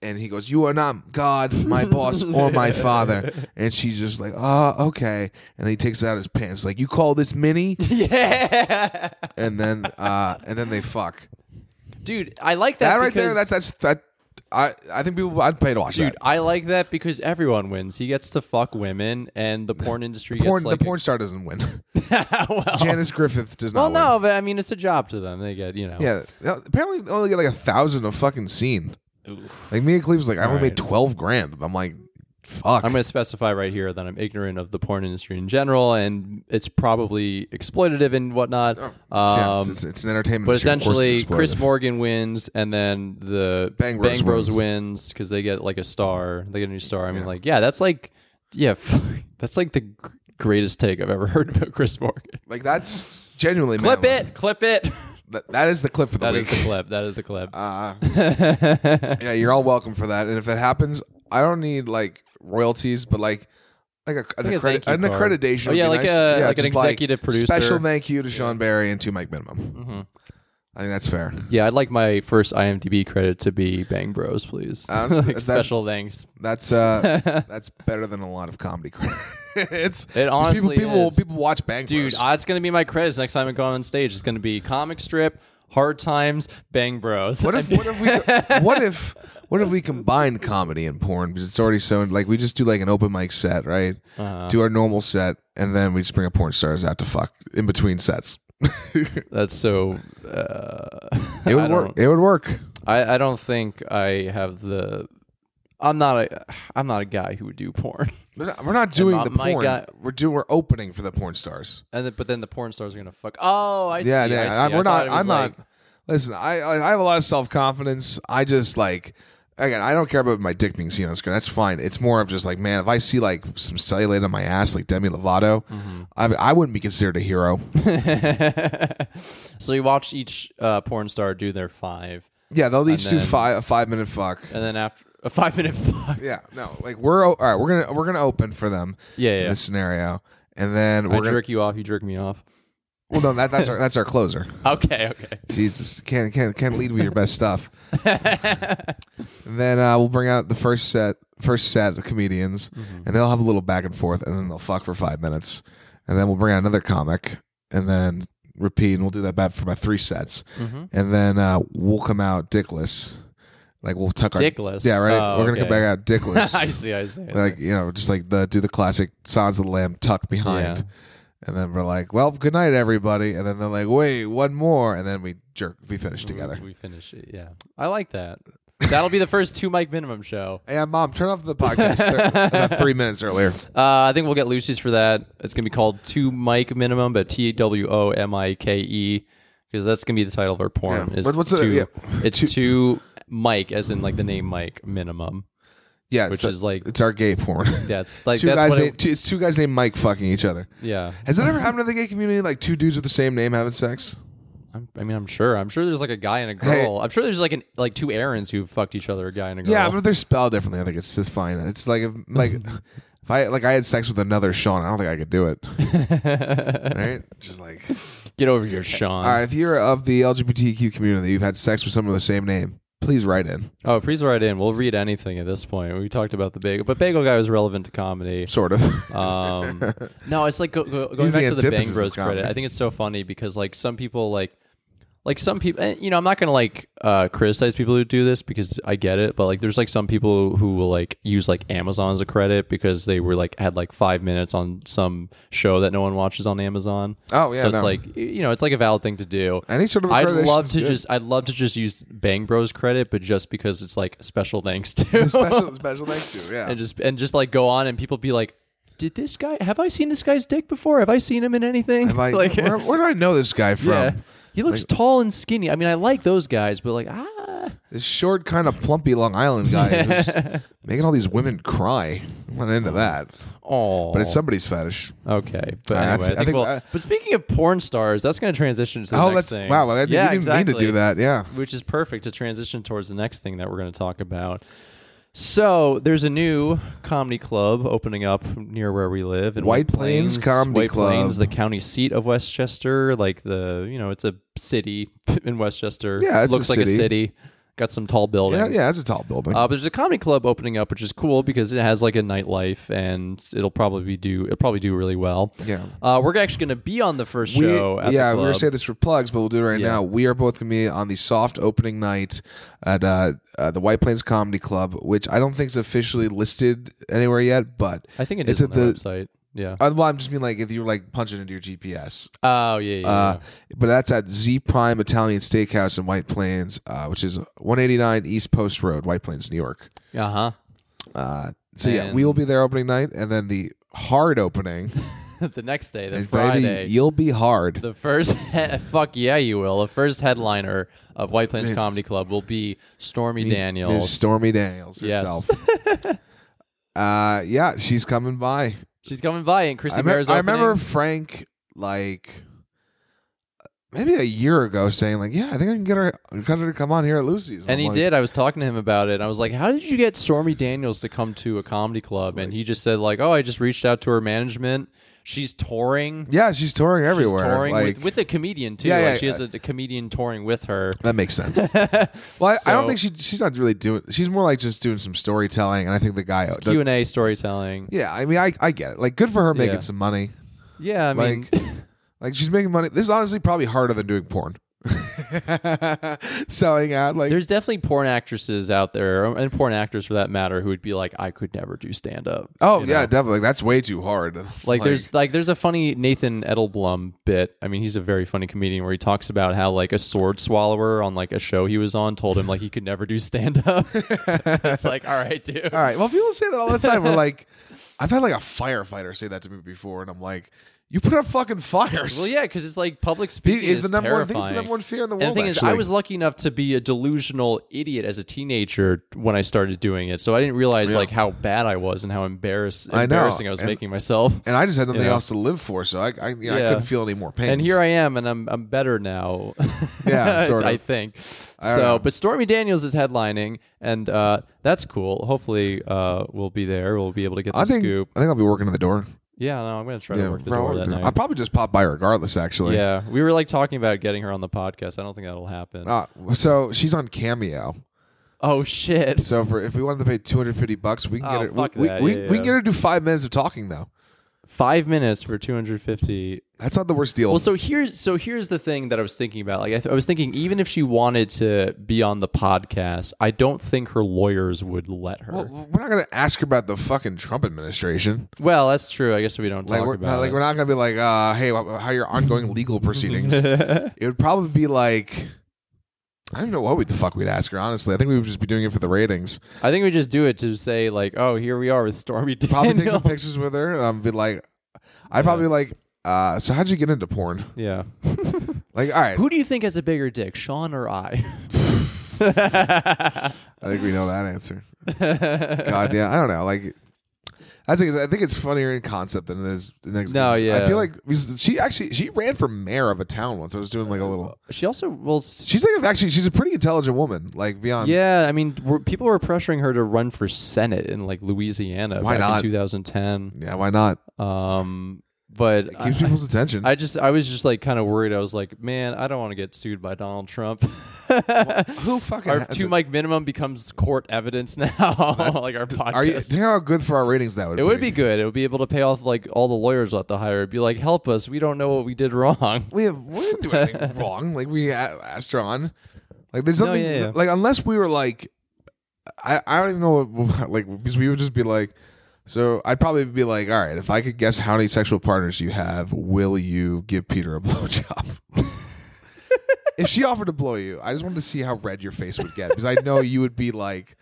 [SPEAKER 2] And he goes, "You are not God, my boss, or
[SPEAKER 1] [laughs]
[SPEAKER 2] my father." And she's just like, "Ah, okay." And then he takes out his pants, like, "You call this mini?"
[SPEAKER 1] [laughs] yeah,
[SPEAKER 2] And then, uh, and then
[SPEAKER 1] [laughs]
[SPEAKER 2] they fuck.
[SPEAKER 1] dude, I like that.
[SPEAKER 2] That right there,
[SPEAKER 1] because-
[SPEAKER 2] that that's that. I I think people I'd pay to watch
[SPEAKER 1] Dude,
[SPEAKER 2] that.
[SPEAKER 1] I like that because everyone wins. He gets to fuck women, and the porn industry
[SPEAKER 2] Porn,
[SPEAKER 1] gets like
[SPEAKER 2] the porn star doesn't win.
[SPEAKER 1] [laughs]
[SPEAKER 2] [laughs]
[SPEAKER 1] well,
[SPEAKER 2] Janice Griffith does
[SPEAKER 1] well,
[SPEAKER 2] not.
[SPEAKER 1] no, but I mean it's a job to them. They get you know.
[SPEAKER 2] Win. Yeah. Apparently, they only get like a thousand of fucking scene.
[SPEAKER 1] Oof.
[SPEAKER 2] Like Mia Cleave's like, I only made
[SPEAKER 1] Right.
[SPEAKER 2] twelve grand. I'm like, fuck.
[SPEAKER 1] I'm going to specify right here that I'm ignorant of the porn industry in general, and it's probably exploitative and whatnot.
[SPEAKER 2] It's- yeah,
[SPEAKER 1] Um,
[SPEAKER 2] Oh, it's, it's, it's an entertainment.
[SPEAKER 1] but
[SPEAKER 2] issue. Of course
[SPEAKER 1] essentially,
[SPEAKER 2] it's exploitive.
[SPEAKER 1] Chris Morgan wins, and then the
[SPEAKER 2] Bang Bros wins.
[SPEAKER 1] wins because they get like a star. They get a new star. I mean, like, yeah, that's like, yeah, [laughs] that's like the gr- greatest take I've ever [laughs] heard about Chris Morgan.
[SPEAKER 2] like that's genuinely
[SPEAKER 1] Clip
[SPEAKER 2] man,
[SPEAKER 1] it, clip it. [laughs]
[SPEAKER 2] That, that is the clip for the
[SPEAKER 1] That
[SPEAKER 2] week.
[SPEAKER 1] is the clip. That is the clip.
[SPEAKER 2] [laughs]
[SPEAKER 1] [laughs]
[SPEAKER 2] Uh, yeah, you're all welcome for that. And if it happens, I don't need like royalties, but like like a, an,
[SPEAKER 1] Like a
[SPEAKER 2] accredit-
[SPEAKER 1] thank you
[SPEAKER 2] an
[SPEAKER 1] card.
[SPEAKER 2] accreditation.
[SPEAKER 1] Oh,
[SPEAKER 2] would
[SPEAKER 1] yeah,
[SPEAKER 2] be
[SPEAKER 1] like
[SPEAKER 2] nice.
[SPEAKER 1] a- like an
[SPEAKER 2] just
[SPEAKER 1] executive producer. Mm-hmm.
[SPEAKER 2] Special thank you to Sean Barry and to Mike Minimum. I think that's fair.
[SPEAKER 1] yeah, I'd like my first IMDb credit to be Bang Bros, please. [laughs]
[SPEAKER 2] Honestly,
[SPEAKER 1] Like,
[SPEAKER 2] that's-
[SPEAKER 1] special thanks. [laughs]
[SPEAKER 2] That's uh, that's better than a lot of comedy [laughs] credits.
[SPEAKER 1] It honestly
[SPEAKER 2] people people,
[SPEAKER 1] is.
[SPEAKER 2] people watch Bang
[SPEAKER 1] Dude,
[SPEAKER 2] Bros.
[SPEAKER 1] uh, it's going to be my credits next time I go on stage. It's going to be comic strip, hard times, Bang Bros.
[SPEAKER 2] what
[SPEAKER 1] [laughs]
[SPEAKER 2] if what if we what if what if we combine comedy and porn because it's already so like we just do like an open mic set right
[SPEAKER 1] Uh-huh.
[SPEAKER 2] do our normal set and then we just bring a porn stars out to fuck in between sets it
[SPEAKER 1] that's so. Uh, [laughs] I
[SPEAKER 2] would
[SPEAKER 1] don't-
[SPEAKER 2] work it would work
[SPEAKER 1] I, I don't think I have the. I'm not a. I'm not a guy who would do porn. [laughs]
[SPEAKER 2] we're not, we're not doing
[SPEAKER 1] not
[SPEAKER 2] the
[SPEAKER 1] my
[SPEAKER 2] porn
[SPEAKER 1] guy-
[SPEAKER 2] we're doing we're opening for the porn stars
[SPEAKER 1] And then, but then the porn stars are gonna fuck. Oh, I see.
[SPEAKER 2] yeah,
[SPEAKER 1] I see.
[SPEAKER 2] yeah.
[SPEAKER 1] I thought
[SPEAKER 2] we're not.
[SPEAKER 1] it was
[SPEAKER 2] I'm
[SPEAKER 1] like-
[SPEAKER 2] not. Listen, I, I I have a lot of self confidence. I just like again, I don't care about my dick being seen on screen. That's fine. It's more of just like, man, if I see like some cellulite on my ass, like Demi Lovato,
[SPEAKER 1] Mm-hmm.
[SPEAKER 2] I I wouldn't be considered a hero.
[SPEAKER 1] [laughs] so you watch each uh, porn star do their five,
[SPEAKER 2] yeah, they'll each do
[SPEAKER 1] then-
[SPEAKER 2] five a five minute fuck.
[SPEAKER 1] and then after a five minute [laughs] fuck,
[SPEAKER 2] Yeah, no, like we're o- all right. We're gonna we're gonna open for them.
[SPEAKER 1] Yeah,
[SPEAKER 2] in
[SPEAKER 1] yeah.
[SPEAKER 2] This scenario, and then
[SPEAKER 1] I
[SPEAKER 2] we're gonna.
[SPEAKER 1] jerk you off, you jerk me off.
[SPEAKER 2] Well, no, that, that's our that's our closer.
[SPEAKER 1] Okay, okay. [laughs]
[SPEAKER 2] Jesus, can't can't can't lead with your best stuff. And then uh, we'll bring out the first set first set of comedians,
[SPEAKER 1] Mm-hmm.
[SPEAKER 2] and they'll have a little back and forth, and then they'll fuck for five minutes, and then we'll bring out another comic, and then repeat, and we'll do that back for about three sets,
[SPEAKER 1] Mm-hmm.
[SPEAKER 2] and then uh, we'll come out dickless, like we'll tuck our
[SPEAKER 1] Dickless?
[SPEAKER 2] yeah, right.
[SPEAKER 1] Oh,
[SPEAKER 2] We're gonna come
[SPEAKER 1] okay. [laughs]
[SPEAKER 2] back out dickless,
[SPEAKER 1] I see, I see. I see.
[SPEAKER 2] like you know, just like the do the classic Sons of the Lamb tuck behind.
[SPEAKER 1] Yeah.
[SPEAKER 2] And then we're like, "Well, good night, everybody." And then they're like, "Wait, one more." And then we jerk, we
[SPEAKER 1] [laughs]
[SPEAKER 2] finish together.
[SPEAKER 1] We finish it. Yeah, I like that. That'll be the first two mic minimum show.
[SPEAKER 2] Yeah, mom, turn off the podcast there- about three minutes earlier.
[SPEAKER 1] Uh, I think we'll get Lucy's for that. It's gonna be called Two Mic Minimum, but T W O M I K E, because that's gonna be the title of our porn.
[SPEAKER 2] Yeah.
[SPEAKER 1] Is
[SPEAKER 2] What- what's the-
[SPEAKER 1] two,
[SPEAKER 2] yeah.
[SPEAKER 1] It's two. Mike, as in like the name Mike Minimum.
[SPEAKER 2] Yeah,
[SPEAKER 1] Which
[SPEAKER 2] it's-
[SPEAKER 1] is like-
[SPEAKER 2] it's our gay porn.
[SPEAKER 1] That's like
[SPEAKER 2] [laughs] two
[SPEAKER 1] that's
[SPEAKER 2] guys,
[SPEAKER 1] what.
[SPEAKER 2] named,
[SPEAKER 1] It,
[SPEAKER 2] two, it's two guys named Mike fucking each other.
[SPEAKER 1] yeah,
[SPEAKER 2] Has that ever happened in the gay community? Like two dudes with the same name having sex?
[SPEAKER 1] I'm, I mean, I'm sure. I'm sure there's like a guy and a girl.
[SPEAKER 2] Hey.
[SPEAKER 1] I'm sure there's like an like two Aaron's who fucked each other, a guy and a girl.
[SPEAKER 2] Yeah, but if they're spelled differently, I think it's just fine. It's like if
[SPEAKER 1] [laughs]
[SPEAKER 2] like if I like I had sex with another Sean, I don't think I could do it. right? Just like
[SPEAKER 1] [laughs] get over here, Sean.
[SPEAKER 2] all right. If you're of the LGBTQ community, you've had sex with someone with the same name. Please write in,
[SPEAKER 1] Oh, please write in. We'll read anything at this point. We talked about the bagel, but bagel guy was relevant to comedy.
[SPEAKER 2] sort of.
[SPEAKER 1] Um, no, it's like go, go, going
[SPEAKER 2] He's the
[SPEAKER 1] back to the Bang
[SPEAKER 2] antithesis
[SPEAKER 1] Bros
[SPEAKER 2] of comedy.
[SPEAKER 1] credit. I think it's so funny because like some people like like some people and, you know i'm not gonna like uh criticize people who do this because i get it but like there's like some people who will like use like amazon as a credit because they were like had like five minutes on some show that no one watches on amazon
[SPEAKER 2] Oh, yeah,
[SPEAKER 1] so it's
[SPEAKER 2] no.
[SPEAKER 1] like y- you know it's like a valid thing to do
[SPEAKER 2] [laughs] Any sort of
[SPEAKER 1] i'd
[SPEAKER 2] accreditation
[SPEAKER 1] love
[SPEAKER 2] is
[SPEAKER 1] to
[SPEAKER 2] good.
[SPEAKER 1] just i'd love to just use bang bros credit but just because it's like special thanks to
[SPEAKER 2] [laughs] special special thanks to
[SPEAKER 1] [laughs]
[SPEAKER 2] yeah.
[SPEAKER 1] and just and just like go on and people be like did this guy have i seen this guy's dick before have i seen him in anything
[SPEAKER 2] Have I-
[SPEAKER 1] [laughs] like
[SPEAKER 2] where, where do I know this guy from?
[SPEAKER 1] yeah he looks tall and skinny i mean i like those guys but like ah
[SPEAKER 2] This short, kind of plumpy Long Island
[SPEAKER 1] [laughs]
[SPEAKER 2] guy who's making all these women cry. I'm not into that.
[SPEAKER 1] Oh,
[SPEAKER 2] But it's somebody's fetish.
[SPEAKER 1] okay. But
[SPEAKER 2] I- I
[SPEAKER 1] anyway, I
[SPEAKER 2] think-
[SPEAKER 1] think,
[SPEAKER 2] I think-
[SPEAKER 1] we'll-
[SPEAKER 2] I-
[SPEAKER 1] but speaking of porn stars, that's going to transition to the
[SPEAKER 2] oh,
[SPEAKER 1] next
[SPEAKER 2] that's
[SPEAKER 1] thing.
[SPEAKER 2] wow. I didn't,
[SPEAKER 1] yeah,
[SPEAKER 2] we didn't mean to
[SPEAKER 1] exactly.
[SPEAKER 2] do that. Yeah.
[SPEAKER 1] which is perfect to transition towards the next thing that we're going to talk about. So there's a new comedy club opening up near where we live in
[SPEAKER 2] White Plains Comedy
[SPEAKER 1] White
[SPEAKER 2] Club.
[SPEAKER 1] Plains, the county seat of Westchester, like the you know it's a city [laughs] in Westchester.
[SPEAKER 2] Yeah, it's a
[SPEAKER 1] looks like
[SPEAKER 2] city.
[SPEAKER 1] a city. Got some tall
[SPEAKER 2] Yeah,
[SPEAKER 1] buildings.
[SPEAKER 2] yeah, that's a tall building.
[SPEAKER 1] Uh, but there's a comedy club opening up, which is cool because it has like a nightlife, and it'll probably be do it'll probably do really well.
[SPEAKER 2] Yeah.
[SPEAKER 1] uh, we're actually going to be on the first show. at the
[SPEAKER 2] yeah, we were
[SPEAKER 1] club.
[SPEAKER 2] saying this for plugs, but we'll do it right
[SPEAKER 1] Yeah.
[SPEAKER 2] now. We are both going to be on the soft opening night at uh, uh, the White Plains Comedy Club, which I don't think is officially listed anywhere yet. But
[SPEAKER 1] I think it
[SPEAKER 2] it's
[SPEAKER 1] is on
[SPEAKER 2] at
[SPEAKER 1] the,
[SPEAKER 2] the-
[SPEAKER 1] website. Yeah.
[SPEAKER 2] uh, well, I'm just mean like if you were like punching into your GPS.
[SPEAKER 1] Oh yeah. yeah,
[SPEAKER 2] Uh,
[SPEAKER 1] yeah.
[SPEAKER 2] but that's at Z Prime Italian Steakhouse in White Plains, uh, which is 189 East Post Road, White Plains, New York.
[SPEAKER 1] Uh huh.
[SPEAKER 2] Uh, so yeah, we will be there opening night, and then the
[SPEAKER 1] [laughs]
[SPEAKER 2] hard opening.
[SPEAKER 1] [laughs] the next day, the
[SPEAKER 2] And
[SPEAKER 1] Friday,
[SPEAKER 2] baby, you'll be hard.
[SPEAKER 1] the first [laughs] he- fuck yeah, you will. The first headliner of White Plains
[SPEAKER 2] It's-
[SPEAKER 1] Comedy Club will be Stormy
[SPEAKER 2] Ms.
[SPEAKER 1] Daniels.
[SPEAKER 2] Stormy Daniels
[SPEAKER 1] Yes. [laughs]
[SPEAKER 2] herself. uh, yeah, she's coming by.
[SPEAKER 1] She's coming by, and
[SPEAKER 2] I,
[SPEAKER 1] Chrissy
[SPEAKER 2] me-
[SPEAKER 1] Maher's
[SPEAKER 2] I
[SPEAKER 1] opening.
[SPEAKER 2] remember Frank like maybe a year ago saying like, "Yeah, I think I can get her, get her to come on here at Lucy's."
[SPEAKER 1] and
[SPEAKER 2] I'm
[SPEAKER 1] he
[SPEAKER 2] like,
[SPEAKER 1] did. I was talking to him about it. And I was like, "How did you get Stormy Daniels to come to a comedy club?" And he just said, "Like, oh, I just reached out to her management. She's touring.
[SPEAKER 2] Yeah, she's touring everywhere.
[SPEAKER 1] She's touring
[SPEAKER 2] like
[SPEAKER 1] with, with a comedian too.
[SPEAKER 2] Yeah,
[SPEAKER 1] like,
[SPEAKER 2] yeah,
[SPEAKER 1] she has a, a comedian touring with her.
[SPEAKER 2] that makes
[SPEAKER 1] [laughs]
[SPEAKER 2] sense. well, I, I don't
[SPEAKER 1] So-
[SPEAKER 2] think she she's not really doing. She's more like just doing some storytelling, and I think the guy. the-
[SPEAKER 1] Q and A storytelling.
[SPEAKER 2] yeah, I mean, I I get it. Like, good for her making
[SPEAKER 1] Yeah.
[SPEAKER 2] some money.
[SPEAKER 1] Yeah, I mean,
[SPEAKER 2] like like she's making money this is honestly probably harder than doing porn [laughs] selling out like
[SPEAKER 1] There's definitely porn actresses out there, and porn actors for that matter, who would be like, I could never do stand up.
[SPEAKER 2] oh yeah definitely that's way too hard like,
[SPEAKER 1] Like, there's like there's a funny Nathan Edelblum bit. I mean, he's a very funny comedian where he talks about how like a sword swallower on like a show he was on told him like he could never do stand up. [laughs] it's like, all right, dude.
[SPEAKER 2] [laughs] all right well people say that all the time we're like [laughs] i've had like a firefighter say that to me before and i'm like you put out fucking fires
[SPEAKER 1] Well, yeah, because it's like public
[SPEAKER 2] Be-
[SPEAKER 1] speaking
[SPEAKER 2] is the number one
[SPEAKER 1] terrifying.
[SPEAKER 2] thing is the number one fear in the world
[SPEAKER 1] And the thing
[SPEAKER 2] actually.
[SPEAKER 1] is, I was lucky enough to be a delusional idiot as a teenager when I started doing it, so I didn't realize like how bad I was and how embarrass-
[SPEAKER 2] I know,
[SPEAKER 1] embarrassing I was
[SPEAKER 2] and-
[SPEAKER 1] making myself.
[SPEAKER 2] and i just had nothing
[SPEAKER 1] Yeah.
[SPEAKER 2] else to live for so i I, you know, I
[SPEAKER 1] Yeah.
[SPEAKER 2] couldn't feel any more pain
[SPEAKER 1] and here I am, and I'm I'm better now.
[SPEAKER 2] Yeah, sort
[SPEAKER 1] [laughs] I
[SPEAKER 2] of.
[SPEAKER 1] think
[SPEAKER 2] don't know.
[SPEAKER 1] so. But Stormy Daniels is headlining, and uh, that's cool. Hopefully, uh, we'll be there. We'll be able to get the
[SPEAKER 2] I think
[SPEAKER 1] scoop.
[SPEAKER 2] I think I'll be working at the door.
[SPEAKER 1] Yeah, no, I'm gonna try
[SPEAKER 2] Yeah,
[SPEAKER 1] to work the door
[SPEAKER 2] probably.
[SPEAKER 1] that night.
[SPEAKER 2] I'll probably just pop by regardless. Actually,
[SPEAKER 1] yeah, we were like talking about getting her on the podcast. I don't think that'll happen.
[SPEAKER 2] Uh, so she's on Cameo.
[SPEAKER 1] oh shit!
[SPEAKER 2] So for if we wanted to pay 250 bucks, we can
[SPEAKER 1] Oh,
[SPEAKER 2] get her.
[SPEAKER 1] fuck
[SPEAKER 2] we,
[SPEAKER 1] that.
[SPEAKER 2] we,
[SPEAKER 1] Yeah,
[SPEAKER 2] we can
[SPEAKER 1] yeah.
[SPEAKER 2] get her to do five minutes of talking though.
[SPEAKER 1] Five minutes for 250
[SPEAKER 2] That's not the worst deal.
[SPEAKER 1] Well, so here's so here's the thing that I was thinking about. Like, I, th- I was thinking even if she wanted to be on the podcast, I don't think her lawyers would let her.
[SPEAKER 2] Well,
[SPEAKER 1] Well,
[SPEAKER 2] we're not gonna ask her about the fucking Trump administration.
[SPEAKER 1] that's true. I guess we don't talk
[SPEAKER 2] Like we're
[SPEAKER 1] about
[SPEAKER 2] like
[SPEAKER 1] it.
[SPEAKER 2] we're not gonna be like, uh, hey, wh- how are
[SPEAKER 1] [laughs]
[SPEAKER 2] your ongoing legal proceedings? it would probably be like, I don't know what we the fuck we'd ask her. Honestly, I think we would just be doing it for
[SPEAKER 1] [laughs]
[SPEAKER 2] the ratings.
[SPEAKER 1] I think we just do it to say like, oh, here we are with Stormy
[SPEAKER 2] Probably take some
[SPEAKER 1] Daniels.
[SPEAKER 2] pictures with her. And um, be like, I'd probably be like, uh, so how'd you get into porn?
[SPEAKER 1] [laughs] yeah.
[SPEAKER 2] Like, all right,
[SPEAKER 1] Who do you think has a bigger dick, Sean or [laughs] I?
[SPEAKER 2] I think we know that
[SPEAKER 1] [laughs]
[SPEAKER 2] answer. God, yeah, I don't know. Like, I think I think it's funnier in concept than it is in execution.
[SPEAKER 1] No, yeah.
[SPEAKER 2] I feel like because she actually she ran for mayor of a town once. I was doing like a little.
[SPEAKER 1] she also well. s-
[SPEAKER 2] She's like actually she's a pretty intelligent woman. Like beyond.
[SPEAKER 1] Yeah, I mean, we people were pressuring her to run for Senate in like Louisiana
[SPEAKER 2] Why
[SPEAKER 1] back
[SPEAKER 2] not?
[SPEAKER 1] in 2010.
[SPEAKER 2] Yeah, why not?
[SPEAKER 1] Um, but
[SPEAKER 2] It keeps people's attention.
[SPEAKER 1] I just I was just like kind of worried. I was like, man, I don't want to get sued by Donald Trump.
[SPEAKER 2] Who fucking?
[SPEAKER 1] our
[SPEAKER 2] has
[SPEAKER 1] two
[SPEAKER 2] it?
[SPEAKER 1] mic minimum becomes court evidence [laughs] now. like our podcast.
[SPEAKER 2] Are you? Think how good for our ratings that would.
[SPEAKER 1] it would be good. It would be able to pay off like all the lawyers we'll have to hire. It'd be like, help us. We don't know what we did wrong. [laughs]
[SPEAKER 2] We have we didn't do anything wrong. Like we a- asked her on. Like there's
[SPEAKER 1] No,
[SPEAKER 2] nothing.
[SPEAKER 1] yeah, yeah.
[SPEAKER 2] Like unless we were like, I I don't even know. What, [laughs] like because we would just be like. So I'd probably be like, all right, if I could guess how many sexual partners you have, will you give Peter a [laughs] blowjob? if she offered to blow you, I just wanted to see how red your face would get because I know you would be like,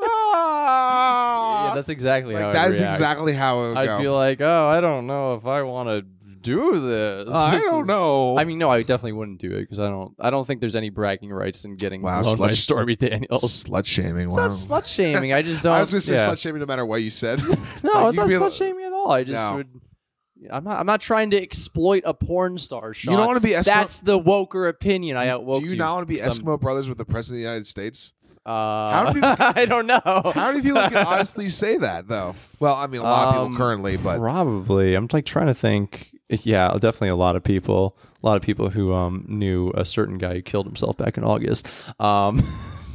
[SPEAKER 2] ah,
[SPEAKER 1] yeah, that's exactly how
[SPEAKER 2] like,
[SPEAKER 1] I
[SPEAKER 2] that is
[SPEAKER 1] react.
[SPEAKER 2] exactly how it would
[SPEAKER 1] I'd
[SPEAKER 2] go.
[SPEAKER 1] be like, oh, I don't know if I want to do this.
[SPEAKER 2] I
[SPEAKER 1] This
[SPEAKER 2] don't
[SPEAKER 1] is-
[SPEAKER 2] know.
[SPEAKER 1] I mean, no, I definitely wouldn't do it because I don't. I don't think there's any bragging rights in getting
[SPEAKER 2] Wow,
[SPEAKER 1] blown by
[SPEAKER 2] slut-
[SPEAKER 1] Stormy Daniels.
[SPEAKER 2] slut shaming.
[SPEAKER 1] It's
[SPEAKER 2] [laughs] Wow.
[SPEAKER 1] not slut shaming. I just don't.
[SPEAKER 2] [laughs] I was gonna say
[SPEAKER 1] yeah.
[SPEAKER 2] slut shaming no matter what you said.
[SPEAKER 1] [laughs] No,
[SPEAKER 2] Like,
[SPEAKER 1] it's
[SPEAKER 2] you
[SPEAKER 1] not
[SPEAKER 2] be
[SPEAKER 1] slut
[SPEAKER 2] like-
[SPEAKER 1] shaming at all. I just
[SPEAKER 2] No.
[SPEAKER 1] would. I'm not. I'm not trying to exploit a porn star. Sean.
[SPEAKER 2] You don't want to be Eskimo.
[SPEAKER 1] That's the woker opinion. I outwoke
[SPEAKER 2] do you, not want to be
[SPEAKER 1] 'cause I'm-
[SPEAKER 2] Eskimo brothers with the president of the
[SPEAKER 1] [laughs]
[SPEAKER 2] United States?
[SPEAKER 1] Uh,
[SPEAKER 2] do people-
[SPEAKER 1] [laughs] I don't know.
[SPEAKER 2] How many people can honestly say that though? Well, I mean, a lot of
[SPEAKER 1] Um,
[SPEAKER 2] people currently, but
[SPEAKER 1] Probably. I'm like trying to think. Yeah, definitely a lot of people. A lot of people who um knew a certain guy who killed himself back in August. Um,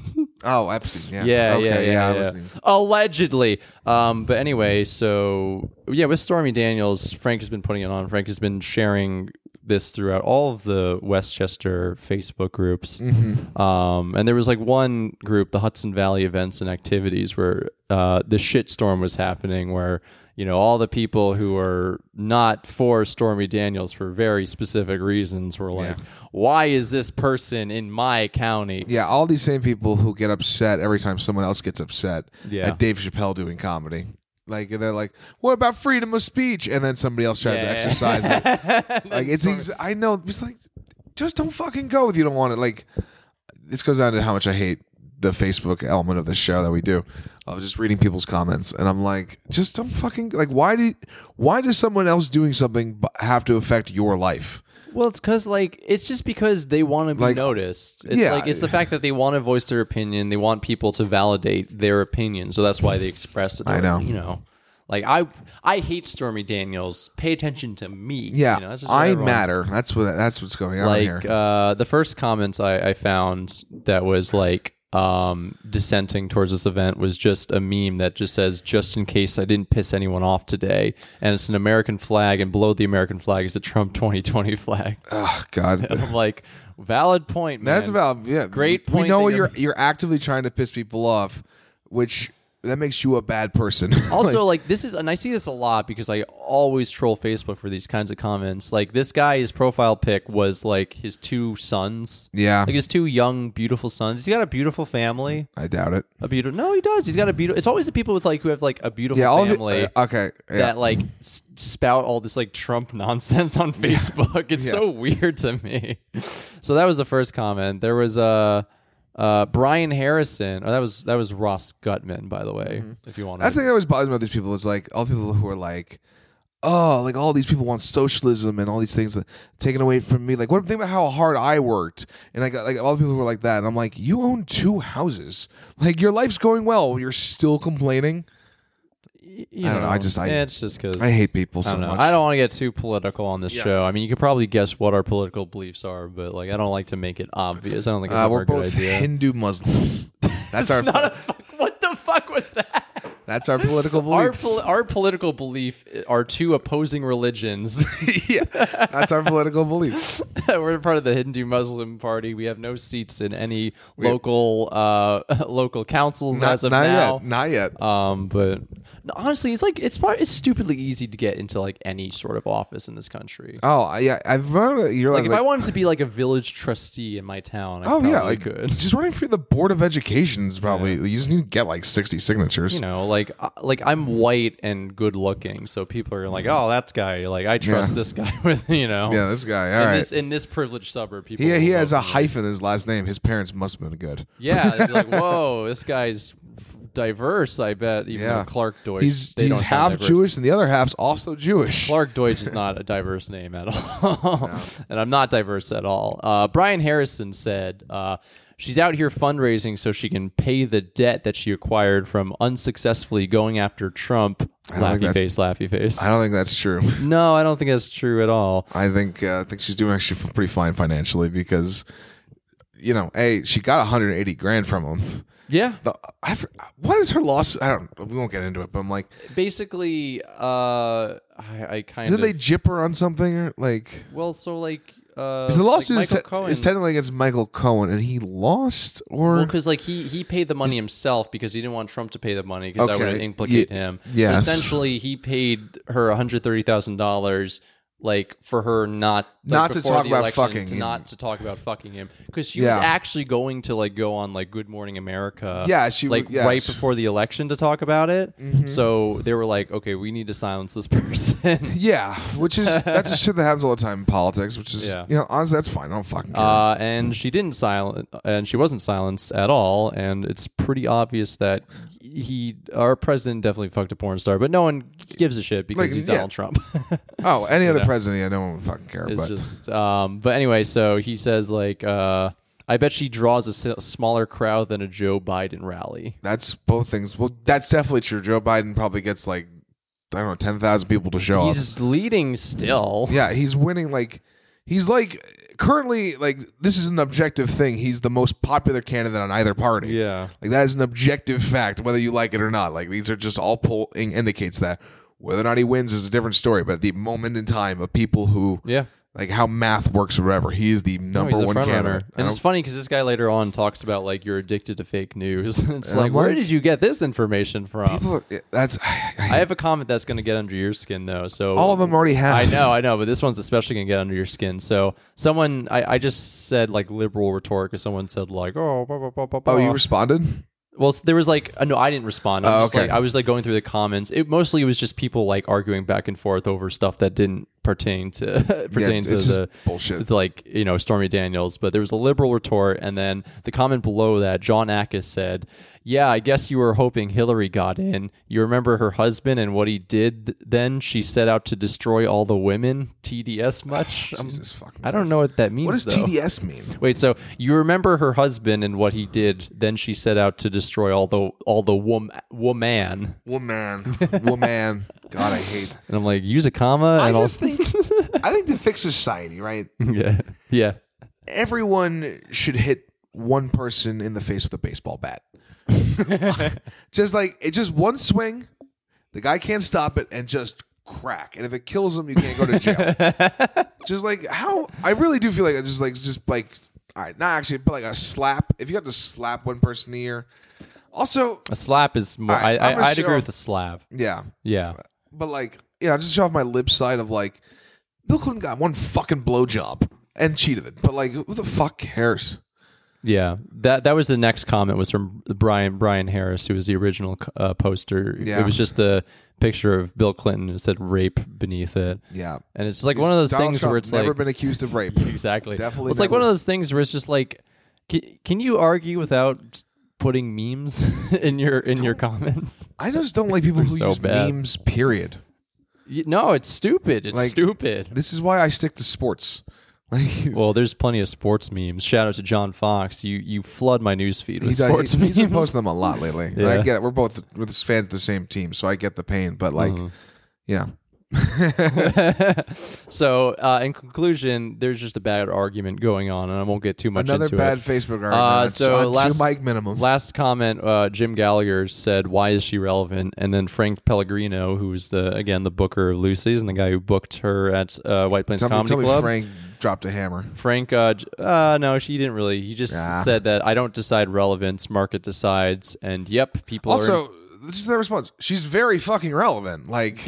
[SPEAKER 1] [laughs]
[SPEAKER 2] oh, Epstein. Yeah.
[SPEAKER 1] yeah,
[SPEAKER 2] Okay.
[SPEAKER 1] yeah, yeah,
[SPEAKER 2] I
[SPEAKER 1] yeah.
[SPEAKER 2] wasn't even-
[SPEAKER 1] allegedly. Um, but anyway, so yeah, with Stormy Daniels, Frank has been putting it on. Frank has been sharing this throughout all of the Westchester Facebook groups.
[SPEAKER 2] Mm-hmm.
[SPEAKER 1] Um, and there was like one group, the Hudson Valley events and activities, where uh, the shitstorm was happening, where you know all the people who are not for Stormy Daniels for very specific reasons were like, "Why is this person in my county?"
[SPEAKER 2] Yeah, all these same people who get upset every time someone else gets upset
[SPEAKER 1] Yeah.
[SPEAKER 2] at Dave Chappelle doing comedy. Like they're like, "What about freedom of speech?" And then somebody else tries to exercise
[SPEAKER 1] [laughs]
[SPEAKER 2] it. Like it's, ex- I know. It's like, just don't fucking go if you don't want it. Like this goes down to how much I hate the Facebook element of the show that we do of just reading people's comments, and I'm like, just don't fucking like. Why did? Why does someone else doing something b- have to affect your life?
[SPEAKER 1] Well, it's because like it's just because they want to be
[SPEAKER 2] Like-
[SPEAKER 1] noticed. It's
[SPEAKER 2] Yeah.
[SPEAKER 1] like it's the fact that they want to voice their opinion. They want people to validate their opinion, so that's why they express it.
[SPEAKER 2] I know.
[SPEAKER 1] You know, like I I hate Stormy Daniels. Pay attention to me.
[SPEAKER 2] Yeah,
[SPEAKER 1] you know, that's just what
[SPEAKER 2] I
[SPEAKER 1] everyone-
[SPEAKER 2] matter. That's what. That's what's going on
[SPEAKER 1] Like
[SPEAKER 2] here.
[SPEAKER 1] uh, the first comments I, I found that was like um dissenting towards this event was just a meme that just says just in case i didn't piss anyone off today and it's an american flag and below the american flag is a trump [laughs] 2020 flag
[SPEAKER 2] oh God.
[SPEAKER 1] I'm like, valid point, man.
[SPEAKER 2] That's about yeah.
[SPEAKER 1] Great
[SPEAKER 2] We
[SPEAKER 1] point
[SPEAKER 2] know
[SPEAKER 1] that
[SPEAKER 2] you're
[SPEAKER 1] you're-
[SPEAKER 2] you're actively trying to piss people off, which that makes you a bad person. [laughs]
[SPEAKER 1] Also,
[SPEAKER 2] Like,
[SPEAKER 1] like this is, and I see this a lot because I always troll Facebook for these kinds of comments. Like this guy, his profile pic was like his two sons,
[SPEAKER 2] yeah,
[SPEAKER 1] like his two young, beautiful sons. He's got a beautiful family,
[SPEAKER 2] I doubt it.
[SPEAKER 1] a beautiful. No, he does. He's got a beautiful. It's always the people with like who have like a beautiful
[SPEAKER 2] Yeah, all of it-
[SPEAKER 1] family
[SPEAKER 2] uh, okay. Yeah.
[SPEAKER 1] that like s- spout all this like Trump [laughs] nonsense on Facebook. It's so weird to me. [laughs] so that was the first comment. There was Uh, uh, Brian Harrison. Oh, that was that was Ross Gutman, by the way. If you want,
[SPEAKER 2] Mm-hmm. That's
[SPEAKER 1] to,
[SPEAKER 2] the thing that always bothers me about these people is like all people who are like, oh, like all these people want socialism and all these things that- taken away from me. Like, what think about how hard I worked and like like all the people who are like that. And I'm like, you own two houses. Like your life's going well. You're still complaining.
[SPEAKER 1] you
[SPEAKER 2] I don't know, I just- I-
[SPEAKER 1] it's just because
[SPEAKER 2] I hate people so
[SPEAKER 1] I don't know.
[SPEAKER 2] much.
[SPEAKER 1] I don't want to get too political on this show. I mean, you could probably guess what our political beliefs are, but like, I don't like to make it obvious. I don't think it's
[SPEAKER 2] Uh,
[SPEAKER 1] ever
[SPEAKER 2] we're
[SPEAKER 1] a good
[SPEAKER 2] both [laughs]
[SPEAKER 1] idea.
[SPEAKER 2] Hindu Muslims.
[SPEAKER 1] [laughs]
[SPEAKER 2] That's our
[SPEAKER 1] Not a fuck, [laughs] what the fuck was that?
[SPEAKER 2] that's our political
[SPEAKER 1] Our,
[SPEAKER 2] beliefs.
[SPEAKER 1] pol- our political belief uh, are two opposing religions. [laughs]
[SPEAKER 2] yeah, [laughs] that's our political beliefs.
[SPEAKER 1] We're part of the Hindu Muslim party. We have no seats in any local uh, [laughs] local councils as of
[SPEAKER 2] not
[SPEAKER 1] now.
[SPEAKER 2] yet. Not yet.
[SPEAKER 1] Um, but no, honestly, it's like it's part, it's stupidly easy to get into like any sort of office in this country.
[SPEAKER 2] Oh I- yeah, I remember that you're
[SPEAKER 1] Like
[SPEAKER 2] like,
[SPEAKER 1] if I wanted to be like a village trustee in my town, I
[SPEAKER 2] oh yeah, like
[SPEAKER 1] could. [laughs]
[SPEAKER 2] just running for the board of education's probably you just need to get like sixty signatures.
[SPEAKER 1] You know, like uh, like I'm white and good looking, so people are like, "Oh, that guy." Like I trust
[SPEAKER 2] Yeah.
[SPEAKER 1] this guy [laughs] with you know.
[SPEAKER 2] yeah, this guy.
[SPEAKER 1] in
[SPEAKER 2] All right.
[SPEAKER 1] this in this privileged suburb, people.
[SPEAKER 2] Yeah, he
[SPEAKER 1] will
[SPEAKER 2] has
[SPEAKER 1] vote
[SPEAKER 2] a
[SPEAKER 1] for me.
[SPEAKER 2] hyphen in his last name. His parents must have been good.
[SPEAKER 1] Yeah, they'd be like, "Whoa, this guy's diverse." I bet even
[SPEAKER 2] Yeah.
[SPEAKER 1] though Clark Deutsch.
[SPEAKER 2] He's
[SPEAKER 1] they
[SPEAKER 2] he's
[SPEAKER 1] don't sound
[SPEAKER 2] half
[SPEAKER 1] diverse.
[SPEAKER 2] Jewish and the other half's also Jewish.
[SPEAKER 1] Clark Deutsch is not a diverse name at all. [laughs] and I'm not diverse at all. Uh, Brian Harrison said uh, she's out here fundraising so she can pay the debt that she acquired from unsuccessfully going after Trump.
[SPEAKER 2] don't think
[SPEAKER 1] Laughy face, laughy face.
[SPEAKER 2] I don't think that's true.
[SPEAKER 1] no, I don't think that's true at all.
[SPEAKER 2] I think uh, I think she's doing actually pretty fine financially because, you know, a she got 180 grand from him.
[SPEAKER 1] Yeah.
[SPEAKER 2] The, I, for- what is her loss? I don't. We won't get into it. But I'm like,
[SPEAKER 1] Basically, uh, I, I kind
[SPEAKER 2] did
[SPEAKER 1] of.
[SPEAKER 2] they jip her on something? Or, like,
[SPEAKER 1] well, so like. Uh,
[SPEAKER 2] 'cause the lawsuit
[SPEAKER 1] like
[SPEAKER 2] is,
[SPEAKER 1] Michael
[SPEAKER 2] te-
[SPEAKER 1] Cohen-
[SPEAKER 2] is technically against Michael Cohen, and he lost. Or
[SPEAKER 1] Well, because like he he paid the money himself because he didn't want Trump to pay the money because that
[SPEAKER 2] Okay.
[SPEAKER 1] would implicate
[SPEAKER 2] Ye-
[SPEAKER 1] him. But
[SPEAKER 2] yes.
[SPEAKER 1] essentially, he paid her one hundred thirty thousand dollars like for her not like,
[SPEAKER 2] Not to
[SPEAKER 1] before
[SPEAKER 2] talk
[SPEAKER 1] the
[SPEAKER 2] about
[SPEAKER 1] election,
[SPEAKER 2] fucking
[SPEAKER 1] to
[SPEAKER 2] him.
[SPEAKER 1] not to talk about fucking him because she
[SPEAKER 2] Yeah.
[SPEAKER 1] was actually going to like go on like Good Morning America
[SPEAKER 2] yeah, she
[SPEAKER 1] like
[SPEAKER 2] yeah,
[SPEAKER 1] right
[SPEAKER 2] she-
[SPEAKER 1] before the election to talk about it
[SPEAKER 2] Mhm.
[SPEAKER 1] so they were like okay we need to silence this [laughs] person
[SPEAKER 2] Yeah,
[SPEAKER 1] [laughs]
[SPEAKER 2] which is that's the shit that happens all the time in politics. Which is
[SPEAKER 1] Yeah.
[SPEAKER 2] you know honestly that's fine. I don't fucking care.
[SPEAKER 1] Uh, and she didn't silence, and she wasn't silenced at all. And it's pretty obvious that he, our president, definitely fucked a porn star. But no one gives a shit because
[SPEAKER 2] Like,
[SPEAKER 1] he's
[SPEAKER 2] yeah.
[SPEAKER 1] Donald
[SPEAKER 2] [laughs]
[SPEAKER 1] Trump.
[SPEAKER 2] oh, any other
[SPEAKER 1] know.
[SPEAKER 2] president, yeah, no one would fucking care.
[SPEAKER 1] it's
[SPEAKER 2] But
[SPEAKER 1] just, um, but anyway, so he says like, uh, I bet she draws a s- smaller crowd than a Joe Biden rally.
[SPEAKER 2] that's both things. Well, that's definitely true. Joe Biden probably gets like I don't know ten thousand people to show up.
[SPEAKER 1] He's leading still.
[SPEAKER 2] Yeah, he's winning like he's like currently like this is an objective thing. He's the most popular candidate on either party.
[SPEAKER 1] Yeah.
[SPEAKER 2] Like that is an objective fact, whether you like it or not. Like these are just all polling indicates that. Whether or not he wins is a different story, but at the moment in time of people who
[SPEAKER 1] Yeah.
[SPEAKER 2] like how math works or whatever, he is the
[SPEAKER 1] No,
[SPEAKER 2] number
[SPEAKER 1] he's a
[SPEAKER 2] one
[SPEAKER 1] front runner.
[SPEAKER 2] candidate. I
[SPEAKER 1] And it's
[SPEAKER 2] don't-
[SPEAKER 1] funny because this guy later on talks about like you're addicted to fake news. [laughs] it's
[SPEAKER 2] And
[SPEAKER 1] like,
[SPEAKER 2] I'm
[SPEAKER 1] where
[SPEAKER 2] like-
[SPEAKER 1] did you get this information from?
[SPEAKER 2] people are- that's I,
[SPEAKER 1] I have a comment that's going to get under your skin, though. So
[SPEAKER 2] all of them already have.
[SPEAKER 1] I know, I know, but this one's especially going to get under your skin. So someone, I, I just said like liberal rhetoric, because someone said like, oh, blah, blah, blah, blah,
[SPEAKER 2] Oh, you
[SPEAKER 1] blah."
[SPEAKER 2] responded?
[SPEAKER 1] well, s- there was like, uh, no, I didn't respond. I was,
[SPEAKER 2] Oh,
[SPEAKER 1] just,
[SPEAKER 2] okay.
[SPEAKER 1] like, I was like going through the comments. It mostly was just people like arguing back and forth over stuff that didn't pertain to [laughs] pertain to
[SPEAKER 2] it's just
[SPEAKER 1] the
[SPEAKER 2] bullshit.
[SPEAKER 1] it's like you know Stormy Daniels, but there was a liberal retort, and then the comment below that John Ackes said, "Yeah, I guess you were hoping Hillary got in. You remember her husband and what he did. th- Then she set out to destroy all the women. TDS
[SPEAKER 2] [laughs]
[SPEAKER 1] much? Um,
[SPEAKER 2] Jesus fucking.
[SPEAKER 1] I don't know what that means.
[SPEAKER 2] What does
[SPEAKER 1] though.
[SPEAKER 2] TDS mean?
[SPEAKER 1] Wait, so you remember her husband and what he did? Then she set out to destroy all the all the wom- woman.
[SPEAKER 2] Woman, woman. God, I
[SPEAKER 1] [laughs]
[SPEAKER 2] hate.
[SPEAKER 1] And I'm like, use a comma.
[SPEAKER 2] I
[SPEAKER 1] and
[SPEAKER 2] just think, I think to fix society, right?
[SPEAKER 1] I'll- [laughs] yeah, yeah.
[SPEAKER 2] Everyone should hit one person in the face with a baseball bat. just like it, just one swing. The guy can't stop it, and just crack. And if it kills him, you can't go to jail. just like how I really do feel like I just like just like all right, not actually, but like a slap. If you have to slap one person in the ear, also
[SPEAKER 1] A slap is more.
[SPEAKER 2] All right,
[SPEAKER 1] I,
[SPEAKER 2] I'm gonna
[SPEAKER 1] I, I'd
[SPEAKER 2] show-
[SPEAKER 1] agree with the slap.
[SPEAKER 2] yeah,
[SPEAKER 1] Yeah.
[SPEAKER 2] But like, yeah, I just show off my lip side of like, Bill Clinton got one fucking blowjob and cheated it. But like, who the fuck cares?
[SPEAKER 1] Yeah, that that was the next comment was from Brian Brian Harris, who was the original uh, poster.
[SPEAKER 2] Yeah.
[SPEAKER 1] It was just a picture of Bill Clinton and it said "rape" beneath it,
[SPEAKER 2] Yeah,
[SPEAKER 1] and it's like one of those
[SPEAKER 2] Donald
[SPEAKER 1] things
[SPEAKER 2] Trump
[SPEAKER 1] where it's
[SPEAKER 2] never
[SPEAKER 1] like
[SPEAKER 2] been accused of rape.
[SPEAKER 1] [laughs] exactly
[SPEAKER 2] Definitely
[SPEAKER 1] It's like one
[SPEAKER 2] never.
[SPEAKER 1] of those things where it's just like, can, can you argue without putting memes [laughs] in your in your comments?
[SPEAKER 2] I just don't like people who
[SPEAKER 1] so
[SPEAKER 2] use
[SPEAKER 1] bad.
[SPEAKER 2] memes. Period.
[SPEAKER 1] Y- No, it's stupid. It's
[SPEAKER 2] Like-
[SPEAKER 1] stupid.
[SPEAKER 2] This is why I stick to sports. [laughs] Like he-
[SPEAKER 1] Well, there's plenty of sports memes. Shout out to John Fox. You you flood my news feed with
[SPEAKER 2] he's,
[SPEAKER 1] sports
[SPEAKER 2] he,
[SPEAKER 1] memes.
[SPEAKER 2] he's been posting them a lot lately. And I
[SPEAKER 1] Yeah.
[SPEAKER 2] get it. We're both we're just fans of the same team, so I get the pain. But like,
[SPEAKER 1] Mm-hmm.
[SPEAKER 2] yeah,
[SPEAKER 1] so uh, in conclusion, there's just a bad argument going on, and I won't get too much
[SPEAKER 2] another
[SPEAKER 1] into
[SPEAKER 2] bad
[SPEAKER 1] it.
[SPEAKER 2] Facebook argument.
[SPEAKER 1] Uh,
[SPEAKER 2] That's
[SPEAKER 1] so
[SPEAKER 2] on
[SPEAKER 1] last-
[SPEAKER 2] two mic minimum.
[SPEAKER 1] Last comment: uh, Jim Gallagher said, "Why is she relevant?" And then Frank Pellegrino, who's the again the booker of Lucy's and the guy who booked her at uh, White Plains
[SPEAKER 2] tell me,
[SPEAKER 1] Comedy
[SPEAKER 2] tell me
[SPEAKER 1] Club.
[SPEAKER 2] Frank dropped a hammer.
[SPEAKER 1] Frank, uh, j- uh, no, she didn't really. He just
[SPEAKER 2] Ah.
[SPEAKER 1] said that I don't decide relevance; market decides. And yep, people are
[SPEAKER 2] Also, this is their response. She's very fucking
[SPEAKER 1] [laughs]
[SPEAKER 2] relevant. Like,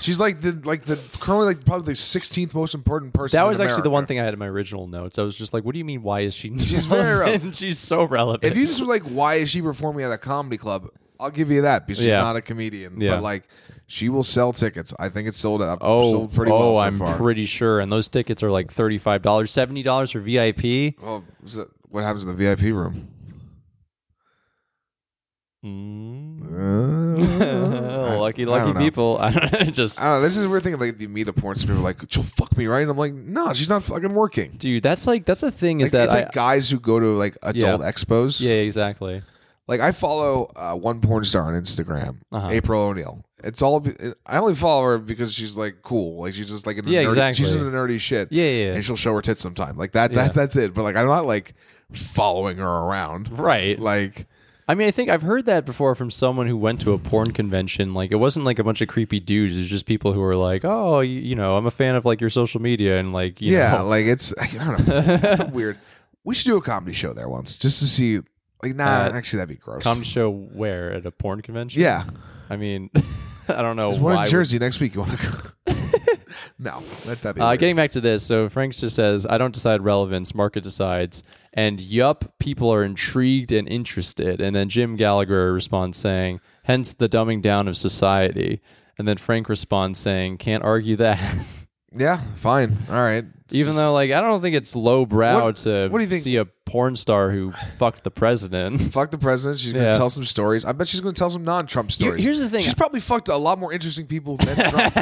[SPEAKER 2] she's like the like the currently like probably the sixteenth most important person.
[SPEAKER 1] That
[SPEAKER 2] in
[SPEAKER 1] was actually the
[SPEAKER 2] America.
[SPEAKER 1] one thing I had in my original notes. I was just like, "What do you mean? Why is she?
[SPEAKER 2] She's very
[SPEAKER 1] [laughs] She's so relevant.
[SPEAKER 2] If you just were like, why is she performing at a comedy club? I'll give you that because she's
[SPEAKER 1] Yeah.
[SPEAKER 2] not a comedian.
[SPEAKER 1] Yeah.
[SPEAKER 2] But like, she will sell tickets. I think it's sold out.
[SPEAKER 1] Oh,
[SPEAKER 2] sold pretty
[SPEAKER 1] oh,
[SPEAKER 2] well so
[SPEAKER 1] I'm
[SPEAKER 2] far.
[SPEAKER 1] pretty sure. And those tickets are like thirty-five dollars, seventy dollars for VIP.
[SPEAKER 2] well, so Oh, what happens in the VIP room?
[SPEAKER 1] [laughs] Mm.
[SPEAKER 2] Uh,
[SPEAKER 1] lucky,
[SPEAKER 2] I
[SPEAKER 1] lucky
[SPEAKER 2] don't know.
[SPEAKER 1] people. [laughs] I don't know. Just
[SPEAKER 2] I don't know. This is a weird thing. Like, you meet a porn star, people are like, she'll fuck me, right? And I'm like, no, she's not fucking working.
[SPEAKER 1] dude, that's like that's the thing is
[SPEAKER 2] Like,
[SPEAKER 1] that
[SPEAKER 2] it's
[SPEAKER 1] I,
[SPEAKER 2] like guys who go to like adult expos.
[SPEAKER 1] yeah, exactly.
[SPEAKER 2] Like I follow uh, one porn star on Instagram,
[SPEAKER 1] Uh-huh.
[SPEAKER 2] April O'Neil. It's all I only follow her because she's like cool. Like she's just like in the
[SPEAKER 1] Yeah,
[SPEAKER 2] nerdy,
[SPEAKER 1] exactly.
[SPEAKER 2] She's in the nerdy shit.
[SPEAKER 1] Yeah, yeah, yeah.
[SPEAKER 2] and she'll show her tits sometime. Like that.
[SPEAKER 1] Yeah.
[SPEAKER 2] That that's it. But like I'm not like following her around.
[SPEAKER 1] right.
[SPEAKER 2] Like
[SPEAKER 1] I mean, I think I've heard that before from someone who went to a porn convention. Like, it wasn't like a bunch of creepy dudes. It was just people who were like, "Oh, you, you know, I'm a fan of like your social media and like, you
[SPEAKER 2] yeah,
[SPEAKER 1] know,
[SPEAKER 2] like it's I don't know. that's a
[SPEAKER 1] [laughs]
[SPEAKER 2] weird. We should do a comedy show there once just to see. Like nah,
[SPEAKER 1] Uh,
[SPEAKER 2] actually that'd be gross.
[SPEAKER 1] comedy show where at a porn convention."
[SPEAKER 2] yeah,
[SPEAKER 1] I mean, [laughs] I don't know
[SPEAKER 2] there's
[SPEAKER 1] why.
[SPEAKER 2] one in
[SPEAKER 1] would-
[SPEAKER 2] Jersey next week. You want to? [laughs] No, let that be.
[SPEAKER 1] Uh,
[SPEAKER 2] weird.
[SPEAKER 1] getting back to this, so Frank just says, I don't decide relevance, market decides. And yup, people are intrigued and interested. And then Jim Gallagher responds saying, hence the dumbing down of society. And then Frank responds saying, can't argue that. [laughs]
[SPEAKER 2] yeah, fine, all right. It's
[SPEAKER 1] Even
[SPEAKER 2] just-
[SPEAKER 1] though, like, I don't think it's lowbrow
[SPEAKER 2] What-
[SPEAKER 1] to
[SPEAKER 2] what do you think-
[SPEAKER 1] see a porn star
[SPEAKER 2] [laughs]
[SPEAKER 1] who fucked the president. [laughs]
[SPEAKER 2] fuck the president, she's gonna
[SPEAKER 1] Yeah.
[SPEAKER 2] tell some stories. I bet she's gonna tell some non-Trump stories.
[SPEAKER 1] here's the thing.
[SPEAKER 2] she's probably fucked a lot more interesting people
[SPEAKER 1] [laughs]
[SPEAKER 2] than Trump.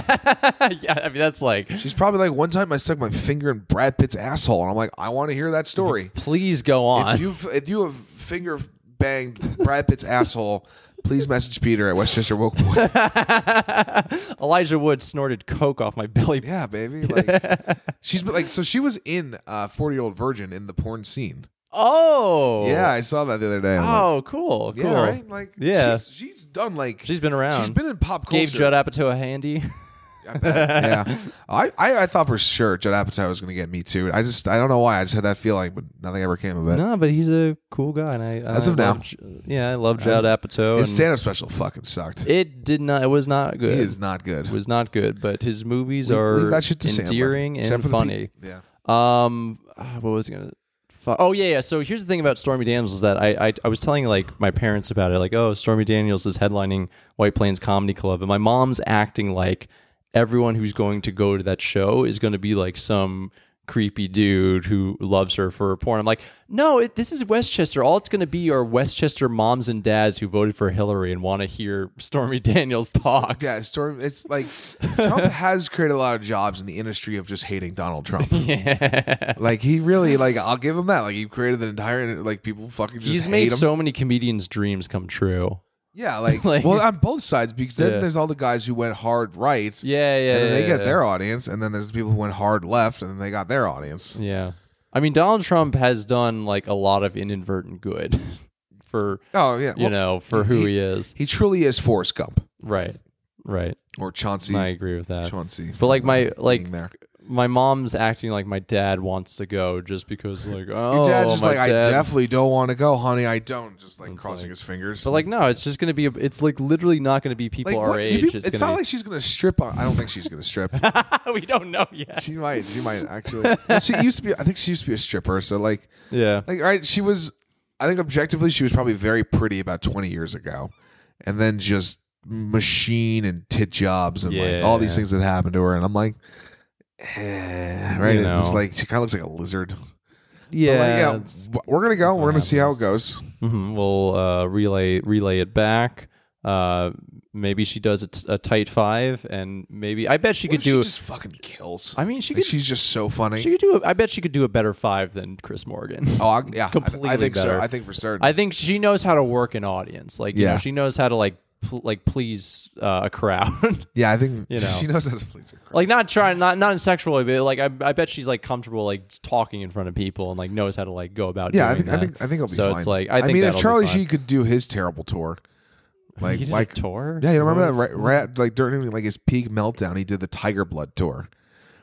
[SPEAKER 1] yeah, I mean, that's like,
[SPEAKER 2] She's probably like, one time I stuck my finger in Brad Pitt's asshole, and I'm like, I want to hear
[SPEAKER 1] [laughs]
[SPEAKER 2] that story.
[SPEAKER 1] please go on.
[SPEAKER 2] If you've if you have finger banged Brad Pitt's asshole, please message Peter at Westchester Woke
[SPEAKER 1] [laughs]
[SPEAKER 2] Boy.
[SPEAKER 1] Elijah Wood snorted coke off my belly.
[SPEAKER 2] Yeah, baby. Like she's been like so she was in uh Forty Year Old Virgin in the porn scene.
[SPEAKER 1] Oh.
[SPEAKER 2] Yeah, I saw that the other day. I'm like,
[SPEAKER 1] Oh, cool. Cool.
[SPEAKER 2] yeah, right. Like
[SPEAKER 1] Yeah.
[SPEAKER 2] she's, she's done like
[SPEAKER 1] She's been around.
[SPEAKER 2] she's been in pop culture.
[SPEAKER 1] Gave Judd Apatow a handy.
[SPEAKER 2] I bet. [laughs] yeah, I, I I thought for sure Judd Apatow was gonna get me too. I just I don't know why I just had that feeling, but nothing ever came of
[SPEAKER 1] [laughs]
[SPEAKER 2] it.
[SPEAKER 1] no, but he's a cool guy, and I
[SPEAKER 2] As
[SPEAKER 1] I
[SPEAKER 2] of now.
[SPEAKER 1] love J- yeah, I love Judd Apatow.
[SPEAKER 2] His
[SPEAKER 1] and
[SPEAKER 2] stand up special fucking sucked.
[SPEAKER 1] it did not. It was not good.
[SPEAKER 2] He is not good.
[SPEAKER 1] It was not good, but his movies
[SPEAKER 2] Leave-
[SPEAKER 1] are
[SPEAKER 2] leave that shit to Sandler.
[SPEAKER 1] endearing
[SPEAKER 2] Except
[SPEAKER 1] and
[SPEAKER 2] for the
[SPEAKER 1] funny. [laughs]
[SPEAKER 2] pe- yeah.
[SPEAKER 1] Um, ah, what was I gonna? fu- Oh yeah, yeah. So here's the thing about Stormy Daniels is that I, I I was telling like my parents about it, like oh Stormy Daniels is headlining White Plains Comedy Club, and my mom's acting like everyone who's going to go to that show is going to be like some creepy dude who loves her for her porn. I'm like, no, it, this is Westchester. All it's going to be are Westchester moms and dads who voted for Hillary and want to hear [laughs] Stormy Daniels talk. [laughs]
[SPEAKER 2] Yeah, Storm. It's like Trump has created a lot of jobs in the industry of just hating
[SPEAKER 1] [laughs]
[SPEAKER 2] Donald Trump. Like he really like I'll give him that. Like he created an entire like people fucking just
[SPEAKER 1] He's
[SPEAKER 2] hate
[SPEAKER 1] made
[SPEAKER 2] him.
[SPEAKER 1] so many comedians' dreams come true.
[SPEAKER 2] yeah, like,
[SPEAKER 1] [laughs] like-
[SPEAKER 2] well on both sides because then
[SPEAKER 1] Yeah.
[SPEAKER 2] there's all the guys who went hard right.
[SPEAKER 1] Yeah, yeah.
[SPEAKER 2] And then they
[SPEAKER 1] yeah,
[SPEAKER 2] get
[SPEAKER 1] yeah.
[SPEAKER 2] their audience, and then there's the people who went hard left, and then they got their audience.
[SPEAKER 1] Yeah. I mean, Donald Trump has done like a lot of inadvertent good [laughs] for,
[SPEAKER 2] Oh yeah,
[SPEAKER 1] you
[SPEAKER 2] well,
[SPEAKER 1] know, for who he,
[SPEAKER 2] he-
[SPEAKER 1] is.
[SPEAKER 2] he truly is Forrest Gump
[SPEAKER 1] Right. Right.
[SPEAKER 2] or Chauncey.
[SPEAKER 1] I agree with that.
[SPEAKER 2] Chauncey,
[SPEAKER 1] But like my like
[SPEAKER 2] being there.
[SPEAKER 1] my mom's acting like my dad wants to go just because like oh
[SPEAKER 2] Your dad's just
[SPEAKER 1] my
[SPEAKER 2] like, I
[SPEAKER 1] dad-
[SPEAKER 2] definitely don't want to go, honey. I don't. Just like
[SPEAKER 1] It's
[SPEAKER 2] crossing
[SPEAKER 1] like-
[SPEAKER 2] his fingers.
[SPEAKER 1] But like no, it's just gonna be a, it's like literally not gonna be people our
[SPEAKER 2] what- do
[SPEAKER 1] age.
[SPEAKER 2] people-
[SPEAKER 1] it's
[SPEAKER 2] it's not
[SPEAKER 1] gonna
[SPEAKER 2] like she's gonna strip. On, I don't think she's gonna
[SPEAKER 1] [laughs]
[SPEAKER 2] strip.
[SPEAKER 1] be, we don't know yet.
[SPEAKER 2] she might. She might actually. Well, she used to be. I think she used to be a stripper. So like,
[SPEAKER 1] Yeah.
[SPEAKER 2] like all right, she was. I think objectively, she was probably very pretty about twenty years ago, and then just machine and tit jobs and like all these
[SPEAKER 1] Yeah.
[SPEAKER 2] things that happened to her. And I'm like, eh, right?
[SPEAKER 1] You
[SPEAKER 2] It's just
[SPEAKER 1] know.
[SPEAKER 2] like she kind of looks like a lizard. I'm like,
[SPEAKER 1] Yeah.
[SPEAKER 2] yeah, w- we're gonna go.
[SPEAKER 1] that's
[SPEAKER 2] We're
[SPEAKER 1] what
[SPEAKER 2] gonna see how it
[SPEAKER 1] happens.
[SPEAKER 2] goes.
[SPEAKER 1] hmm We'll uh, relay relay it back. Uh, maybe she does a, t- a tight five, and maybe I bet she
[SPEAKER 2] What
[SPEAKER 1] could
[SPEAKER 2] if she
[SPEAKER 1] do.
[SPEAKER 2] just fucking kills.
[SPEAKER 1] I mean, she
[SPEAKER 2] Like,
[SPEAKER 1] could.
[SPEAKER 2] she's just so funny.
[SPEAKER 1] She could do. A, I bet she could do a better five than Chris Morgan.
[SPEAKER 2] oh, I, yeah, I- I,
[SPEAKER 1] completely
[SPEAKER 2] think
[SPEAKER 1] better.
[SPEAKER 2] so. I think for certain.
[SPEAKER 1] I think she knows how to work an audience. Like, you
[SPEAKER 2] Yeah.
[SPEAKER 1] know, she knows how to like pl- like please uh, a crowd. [laughs]
[SPEAKER 2] yeah, I think
[SPEAKER 1] You know.
[SPEAKER 2] [laughs] she knows how to please her. crowd.
[SPEAKER 1] like not trying not not in sexual way, but like I, I bet she's like comfortable like talking in front of people and like knows how to like go about.
[SPEAKER 2] Yeah, I
[SPEAKER 1] doing
[SPEAKER 2] think, I
[SPEAKER 1] that.
[SPEAKER 2] think I think it'll be
[SPEAKER 1] So
[SPEAKER 2] fine.
[SPEAKER 1] it's like I think
[SPEAKER 2] mean, if
[SPEAKER 1] that'll be
[SPEAKER 2] Charlie
[SPEAKER 1] fine.
[SPEAKER 2] Sheen could do his terrible tour, like
[SPEAKER 1] He did a
[SPEAKER 2] like
[SPEAKER 1] tour.
[SPEAKER 2] yeah, you remember
[SPEAKER 1] What
[SPEAKER 2] that
[SPEAKER 1] was-
[SPEAKER 2] right, right like during like his peak meltdown, he did the Tiger Blood tour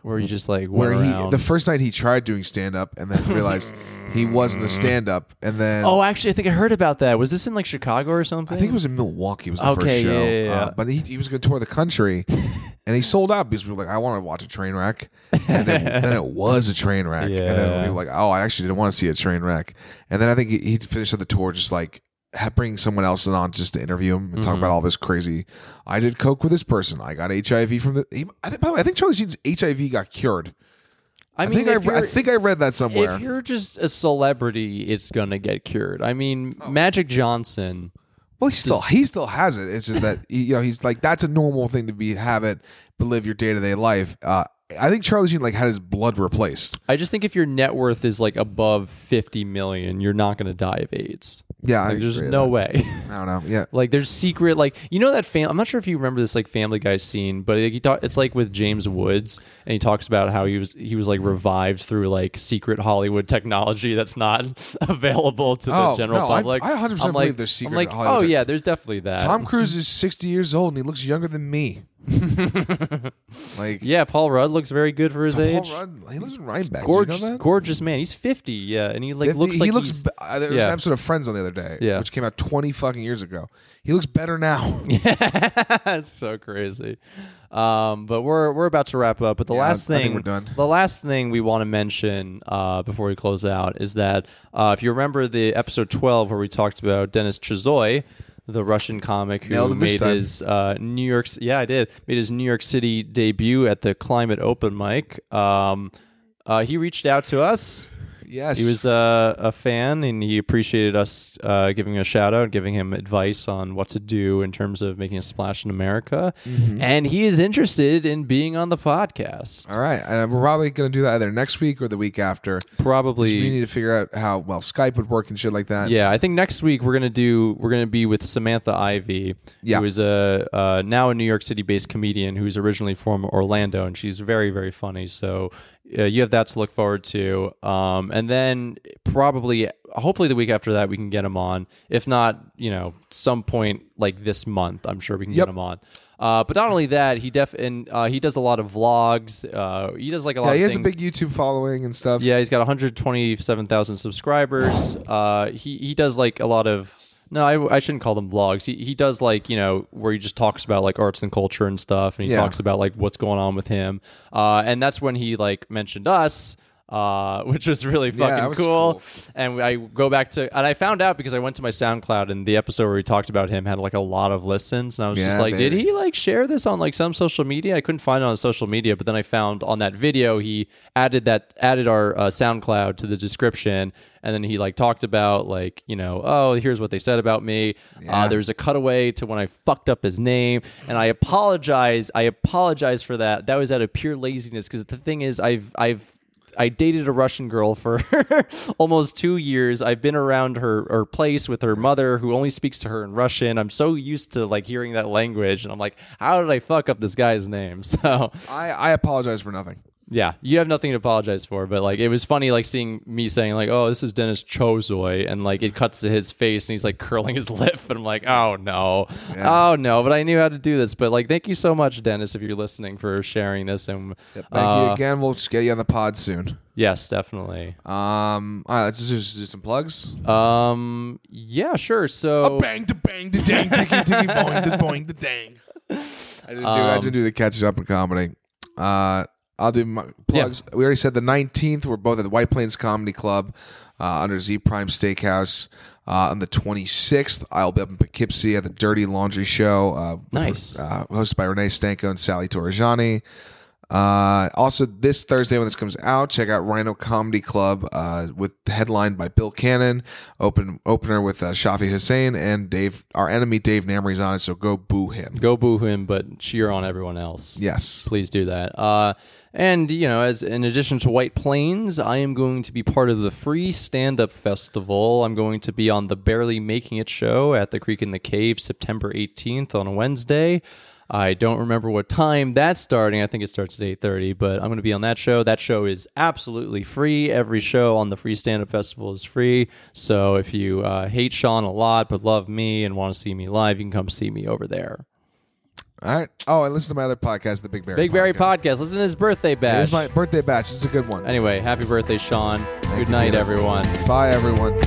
[SPEAKER 1] where you just like
[SPEAKER 2] where
[SPEAKER 1] went
[SPEAKER 2] he
[SPEAKER 1] around.
[SPEAKER 2] the first night he tried doing stand up and then realized he wasn't a stand up, and then
[SPEAKER 1] Mm. Oh, actually, I think I heard about that. Was this in like Chicago or something?
[SPEAKER 2] I think it was in Milwaukee was the first
[SPEAKER 1] Okay,
[SPEAKER 2] show,
[SPEAKER 1] yeah, yeah, yeah.
[SPEAKER 2] Uh, but he he was going to tour the country. And he sold out because we were like, I want to watch a train wreck. And
[SPEAKER 1] [laughs]
[SPEAKER 2] then, then it was a train wreck. And then
[SPEAKER 1] Yeah.
[SPEAKER 2] we were like, oh, I actually didn't want to see a train wreck. And then I think he, he finished the tour just like ha- bringing someone else on just to interview him and talk
[SPEAKER 1] Mm-hmm.
[SPEAKER 2] about all this crazy. I did coke with this person. I got HIV from the. He, I think, by the way, I think Charlie Sheen's HIV got cured.
[SPEAKER 1] I
[SPEAKER 2] I,
[SPEAKER 1] mean,
[SPEAKER 2] think I,
[SPEAKER 1] if,
[SPEAKER 2] re- I
[SPEAKER 1] you're,
[SPEAKER 2] think I read that somewhere.
[SPEAKER 1] if you're just a celebrity, it's gonna get cured. I mean,
[SPEAKER 2] Oh.
[SPEAKER 1] Magic Johnson.
[SPEAKER 2] Well, he still he still has it. It's
[SPEAKER 1] [laughs]
[SPEAKER 2] just that he, you know he's like that's a normal thing to be have it, but live your day to day life. Uh, I think Charlie Sheen like had his blood replaced.
[SPEAKER 1] I just think if your net worth is like above fifty million, you're not gonna die of AIDS.
[SPEAKER 2] Yeah, I
[SPEAKER 1] Like, there's
[SPEAKER 2] agree with
[SPEAKER 1] no
[SPEAKER 2] that.
[SPEAKER 1] way. [laughs]
[SPEAKER 2] I don't know. Yeah,
[SPEAKER 1] like there's secret like you know that fam- I'm not sure if you remember this like Family Guy scene, but like, he talk- it's like with James Woods and he talks about how he was he was like revived through like secret Hollywood technology that's not [laughs] available to
[SPEAKER 2] Oh,
[SPEAKER 1] the general
[SPEAKER 2] no, I-
[SPEAKER 1] public.
[SPEAKER 2] I 100%
[SPEAKER 1] I'm like-
[SPEAKER 2] believe there's secret
[SPEAKER 1] I'm like,
[SPEAKER 2] Hollywood
[SPEAKER 1] oh
[SPEAKER 2] tech-
[SPEAKER 1] yeah, there's definitely that. [laughs]
[SPEAKER 2] Tom Cruise is sixty years old and he looks younger than me. Like
[SPEAKER 1] Yeah, Paul Rudd looks very good for his
[SPEAKER 2] Paul
[SPEAKER 1] age.
[SPEAKER 2] Rudd, he lives in Rhinebeck.
[SPEAKER 1] gorgeous,
[SPEAKER 2] Do you know that?
[SPEAKER 1] gorgeous man. He's fifty, yeah, and he like
[SPEAKER 2] 50
[SPEAKER 1] looks like
[SPEAKER 2] he looks.
[SPEAKER 1] he's-
[SPEAKER 2] Be- uh, there was
[SPEAKER 1] yeah.
[SPEAKER 2] an episode of Friends on the other day,
[SPEAKER 1] Yeah.
[SPEAKER 2] which came out twenty fucking years ago. He looks better now.
[SPEAKER 1] [laughs] Yeah, it's so crazy. Um, but we're we're about to wrap up. But the
[SPEAKER 2] Yeah,
[SPEAKER 1] last
[SPEAKER 2] I
[SPEAKER 1] thing
[SPEAKER 2] think we're done.
[SPEAKER 1] The last thing we want to mention uh, before we close out is that uh, if you remember the episode twelve where we talked about Dennis Chizoy, the Russian comic who
[SPEAKER 2] Nailed it this
[SPEAKER 1] made
[SPEAKER 2] time.
[SPEAKER 1] his uh, New York yeah I did made his New York City debut at the Climate Open mic. Um, uh, he reached out to us.
[SPEAKER 2] yes,
[SPEAKER 1] He was uh, a fan, and he appreciated us uh, giving him a shout out, giving him advice on what to do in terms of making a splash in America. And he is interested in being on the podcast.
[SPEAKER 2] All right, and we're probably going to do that either next week or the week after. We
[SPEAKER 1] Probably,
[SPEAKER 2] need to figure out how well Skype would work and shit like that.
[SPEAKER 1] yeah. I think next week we're gonna do. We're gonna be with Samantha Ivy,
[SPEAKER 2] Yeah.
[SPEAKER 1] who is a uh, now a New York City based comedian who's originally from Orlando, and she's very very funny. So. Uh, you have that to look forward to, um, and then probably, hopefully, the week after that we can get him on. If not, you know, some point like this month, I'm sure we can
[SPEAKER 2] Yep.
[SPEAKER 1] get him on. Uh, but not only that, he def and uh, he does a lot of vlogs. Uh, he does like a lot.
[SPEAKER 2] Yeah, he
[SPEAKER 1] of
[SPEAKER 2] has a
[SPEAKER 1] things.
[SPEAKER 2] big YouTube following and stuff.
[SPEAKER 1] Yeah, he's got 127,000 subscribers. Uh, he he does like a lot of no, I, I shouldn't call them vlogs. He he does like you know where he just talks about like arts and culture and stuff, and he
[SPEAKER 2] Yeah.
[SPEAKER 1] talks about like what's going on with him. Uh, and that's when he like mentioned us. Uh, [laughs] which was really fucking
[SPEAKER 2] that was
[SPEAKER 1] cool.
[SPEAKER 2] cool.
[SPEAKER 1] And I go back to, and I found out because I went to my SoundCloud and the episode where we talked about him had like a lot of listens. And I was just
[SPEAKER 2] Yeah,
[SPEAKER 1] like, did
[SPEAKER 2] baby.
[SPEAKER 1] he he like share this on like some social media? I couldn't find it on social media, but then I found on that video he added that added our uh, SoundCloud to the description, and then he like talked about like you know oh here's what they said about me. Uh, there's a cutaway to when I fucked up his name, and I apologize. I apologize for that. That was out of pure laziness because the thing is I've I've I dated a Russian girl for [laughs] almost two years. I've been around her, her place with her mother, who only speaks to her in Russian. I'm so used to like hearing that language, and I'm like, how did I fuck up this guy's name? [laughs] So
[SPEAKER 2] I, I apologize for nothing.
[SPEAKER 1] yeah, you have nothing to apologize for. But like, it was funny, like seeing me saying like, oh, this is Dennis Chozoy, and like it cuts to his face, and he's like curling his [laughs] lip, and I'm like, oh no, oh no. But I knew how to do this. But like, thank you so much, Dennis, if you're listening for sharing this. And
[SPEAKER 2] Thank you
[SPEAKER 1] uh,
[SPEAKER 2] again. We'll just get you on the pod soon.
[SPEAKER 1] yes, definitely.
[SPEAKER 2] Um, all right, let's just, just do some plugs.
[SPEAKER 1] Um. Yeah. Sure. So.
[SPEAKER 2] bang to bang to dang, ticky ticky boing to boing to dang. I didn't do. I
[SPEAKER 1] Um,
[SPEAKER 2] didn't do the catch up in comedy. Uh, I'll do my plugs. We already said the nineteenth. We're both at the White Plains Comedy Club uh, under Z Prime Steakhouse. Uh, on the 26th, I'll be up in Poughkeepsie at the Dirty Laundry Show. Uh, with-
[SPEAKER 1] Nice.
[SPEAKER 2] Uh, hosted by Renee Stanko and Sally Torrijani. Uh, also, this Thursday when this comes out, check out Rhino Comedy Club uh, with headlined by Bill Cannon, open opener with uh, Shafi Hussein and Dave. Our enemy Dave Namry's on it, so go boo him.
[SPEAKER 1] Go boo him, but cheer on everyone else.
[SPEAKER 2] Yes,
[SPEAKER 1] Please do that. Uh, and you know, as in addition to White Plains, I am going to be part of the free stand-up festival. I'm going to be on the Barely Making It show at the Creek in the Cave, September 18th on a Wednesday. I don't remember what time that's starting. I think it starts at 8:30, but I'm going to be on that show. That show is absolutely free. Every show on the Free Stand Up Festival is free. So if you uh, hate Sean a lot but love me and want to see me live, you can come see me over there.
[SPEAKER 2] All right. Oh, and listen to my other podcast, the Big Bear.
[SPEAKER 1] Big Barry podcast. Listen to his birthday bash.
[SPEAKER 2] It is my birthday batch. It's a good one.
[SPEAKER 1] Anyway, happy birthday, Sean. Good
[SPEAKER 2] you,
[SPEAKER 1] night,
[SPEAKER 2] Peter.
[SPEAKER 1] everyone.
[SPEAKER 2] Bye, everyone.